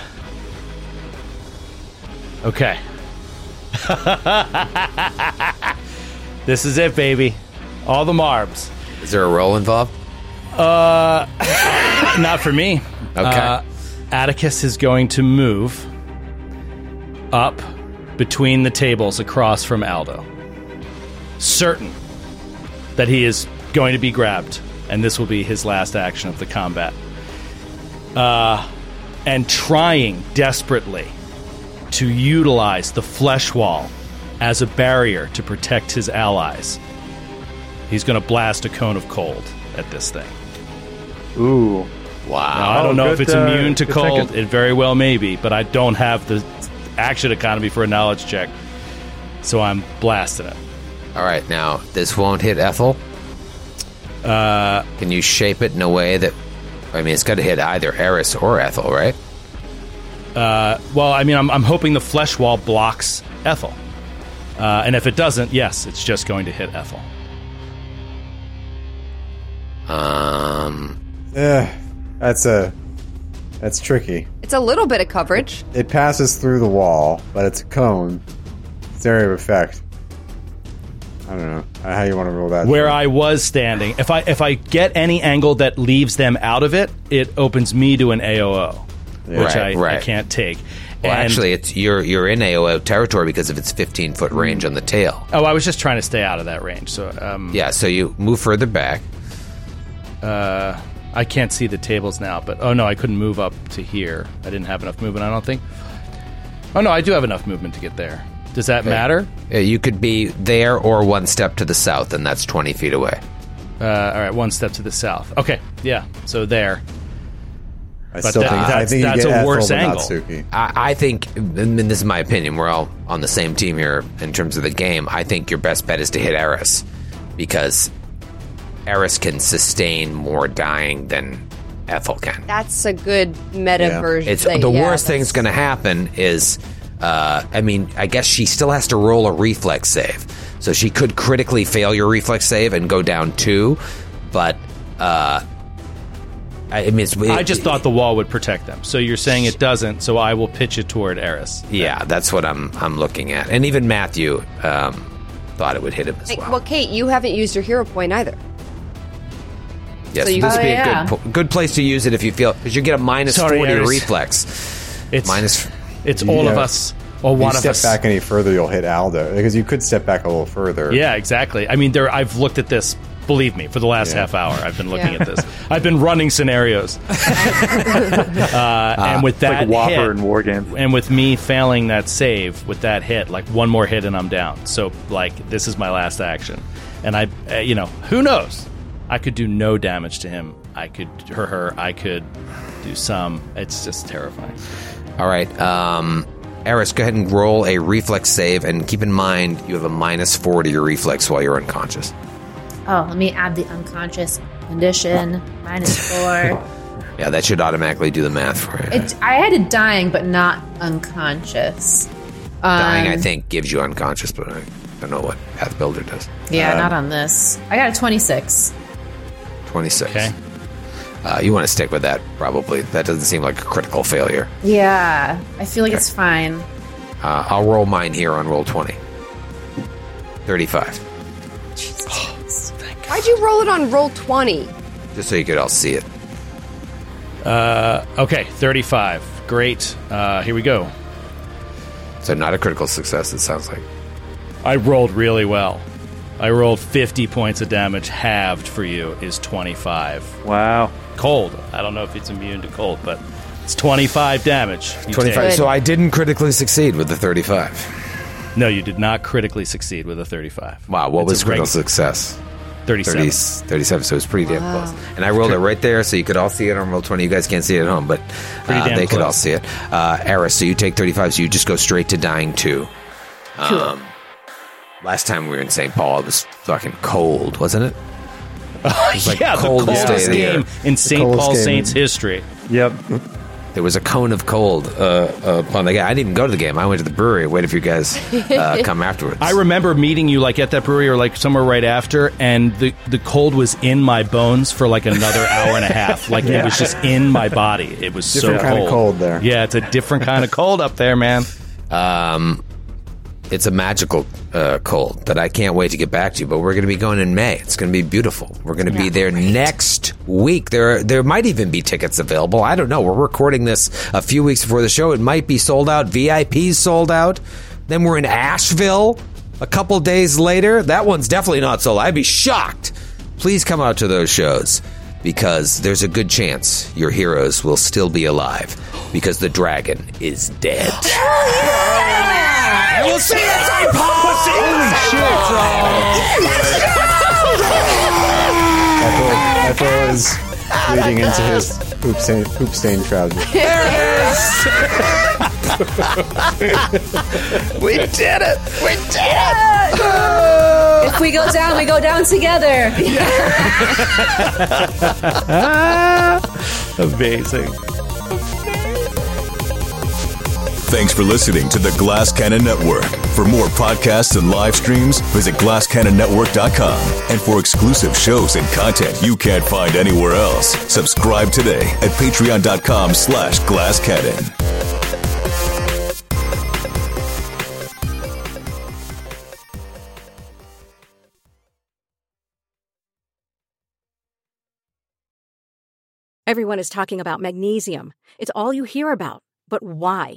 okay. this is it, baby. All the marbs. Uh,
Is there a roll involved?
Not for me.
Okay.
Uh, Atticus is going to move up between the tables across from Aldo. Certain that he is going to be grabbed and this will be his last action of the combat. Uh, and trying desperately to utilize the flesh wall as a barrier to protect his allies. He's going to blast a cone of cold at this thing.
Ooh.
Now, I
Oh,
don't know if
good,
it's
uh,
immune to
good
cold.
thinking.
It very well may be, but I don't have the action economy for a knowledge check. So I'm blasting it.
All right, now this won't hit Ethel. Uh, Can you shape it in a way that, I mean, it's got to hit either Eris or Ethel, right?
Uh, well, I mean, I'm, I'm hoping the flesh wall blocks Ethel. Uh, and if it doesn't, yes, it's just going to hit Ethel.
Um,
Eh, that's a that's tricky.
It's a little bit of coverage.
It passes through the wall, but it's a cone. It's area of effect. I don't know how you want to roll that.
Where I was standing, if I if I get any angle that leaves them out of it, it opens me to an AOO, which
Right,
I, I
right.
can't take.
well,
And-
actually, it's you're you're in AOO territory because of its 15
Hmm.
foot range on the tail.
oh, I was just trying to stay out of that range. So um,
Yeah, so you move further back.
Uh, I can't see the tables now, but oh no, I couldn't move up to here. I didn't have enough movement. I don't think. Oh no, I do have enough movement to get there. Does that matter?
Uh, You could be there or one step to the south, and that's 20 feet away.
Uh, all right, one step to the south. Okay, yeah. So there.
I
But
still
that-
think, I
that's-
think you
that's
get
a
Ethel,
worse
but not
angle.
Suki.
I, I think, I mean, this is my opinion. We're all on the same team here in terms of the game. I think your best bet is to hit Eris because Eris can sustain more dying than Ethel can.
That's a good meta version.
It's
thing,
the
yeah,
worst thing's going to happen is, uh, I mean, I guess she still has to roll a reflex save, so she could critically fail your reflex save and go down two, but. Uh, I I mean, it's,
I just thought the wall would protect them. So you're saying it doesn't. So I will pitch it toward Eris.
Yeah, that's what I'm I'm looking at, and even Matthew um, thought it would hit him as
Like,
well.
Well, Kate, you haven't used your hero point either.
Yes,
so you-
this would
Oh,
be
yeah.
a good po- good place to use it if you feel because you get a minus
Sorry,
forty
Iris.
reflex.
It's
minus.
It's
all of Yeah. us,
or
if you step back any further, you'll hit Aldo because you could step back a little further.
Yeah, exactly. I mean, there. I've looked at this. Believe me, for the last half hour, I've been looking
Yeah.
at this. I've been running scenarios, uh, and
Ah,
with
It's like
that
Whopper
hit,
and war games.
and with me failing that save with that hit, like one more hit and I'm down. So like this is my last action, and I, uh, you know, who knows? I could do no damage to him. I could her her. I could do some. It's just terrifying.
All right, um, Eris, go ahead and roll a reflex save, and keep in mind you have a minus four to your reflex while you're unconscious.
Oh, let me add the unconscious condition minus four.
Yeah, that should automatically do the math for you.
it, I had it dying, but not unconscious. Um,
Dying, I think, gives you unconscious, but I don't know what Path Builder does.
Yeah,
Um,
not on this. I got a twenty-six.
26. Okay. Uh, you want to stick with that, probably. That doesn't seem like a critical failure.
Yeah, I feel like it's fine.
Uh, I'll roll mine here on roll 20. 35.
Why'd you roll it on roll twenty?
Just so you could all see it.
Uh, okay, thirty-five. Great. Uh, here we go.
So not a critical success, it sounds like.
I rolled really well. I rolled 50 points of damage, halved for you is 25.
Wow.
Cold. I don't know if it's immune to cold, but it's 25 damage. you
25.
take.
So I didn't critically succeed with the 35.
No, you did not critically succeed with a 35.
Wow, what
It's
was
a reg-
critical success?
37.
37, so it was pretty damn
Wow.
close. And I rolled it right there, so you could all see it on roll 20. You guys can't see it at home, but
Pretty
uh,
damn
they could
close.
all see it. Uh, Eris, so you take 35, so you just go straight to dying 2.
Cool.
Um, last time we were in St. Paul, it was fucking cold, wasn't it? it was
yeah, the
coldest day of
coldest
the year.
game in St.
coldest
Paul
game.
Saints history.
Yep.
There was a cone of cold uh, upon the guy. I didn't even go to the game. I went to the brewery. Waited for you guys uh, come afterwards.
I remember meeting you like at that brewery or like somewhere right after, and the, the cold was in my bones for like another hour and a half. Like
Yeah.
it was just in my body. It was
Different
so
kind of
cold.
cold there.
Yeah, it's a different kind of cold up there, man.
Um, it's a magical uh, cold that I can't wait to get back to. But we're going to be going in May. It's going to be beautiful. We're going to be there next week. There, there might even be tickets available. I don't know. We're recording this a few weeks before the show. It might be sold out. VIPs sold out. Then we're in Asheville a couple days later. That one's definitely not sold. out. I'd be shocked
please come out to those shows because there's a good chance your heroes will still be alive because the dragon is dead.
Oh,
I will see you at
Ethel, Ethel is leading into his poop stain, poop stained trousers.
we did it! We did
If we go down, we go down together.
Amazing.
Thanks for listening to the Glass Cannon Network. For more podcasts and live streams, visit glasscannonnetwork.com. And for exclusive shows and content you can't find anywhere else, subscribe today at patreon.com slash glasscannon.
Everyone is talking about magnesium. It's all you hear about. But why?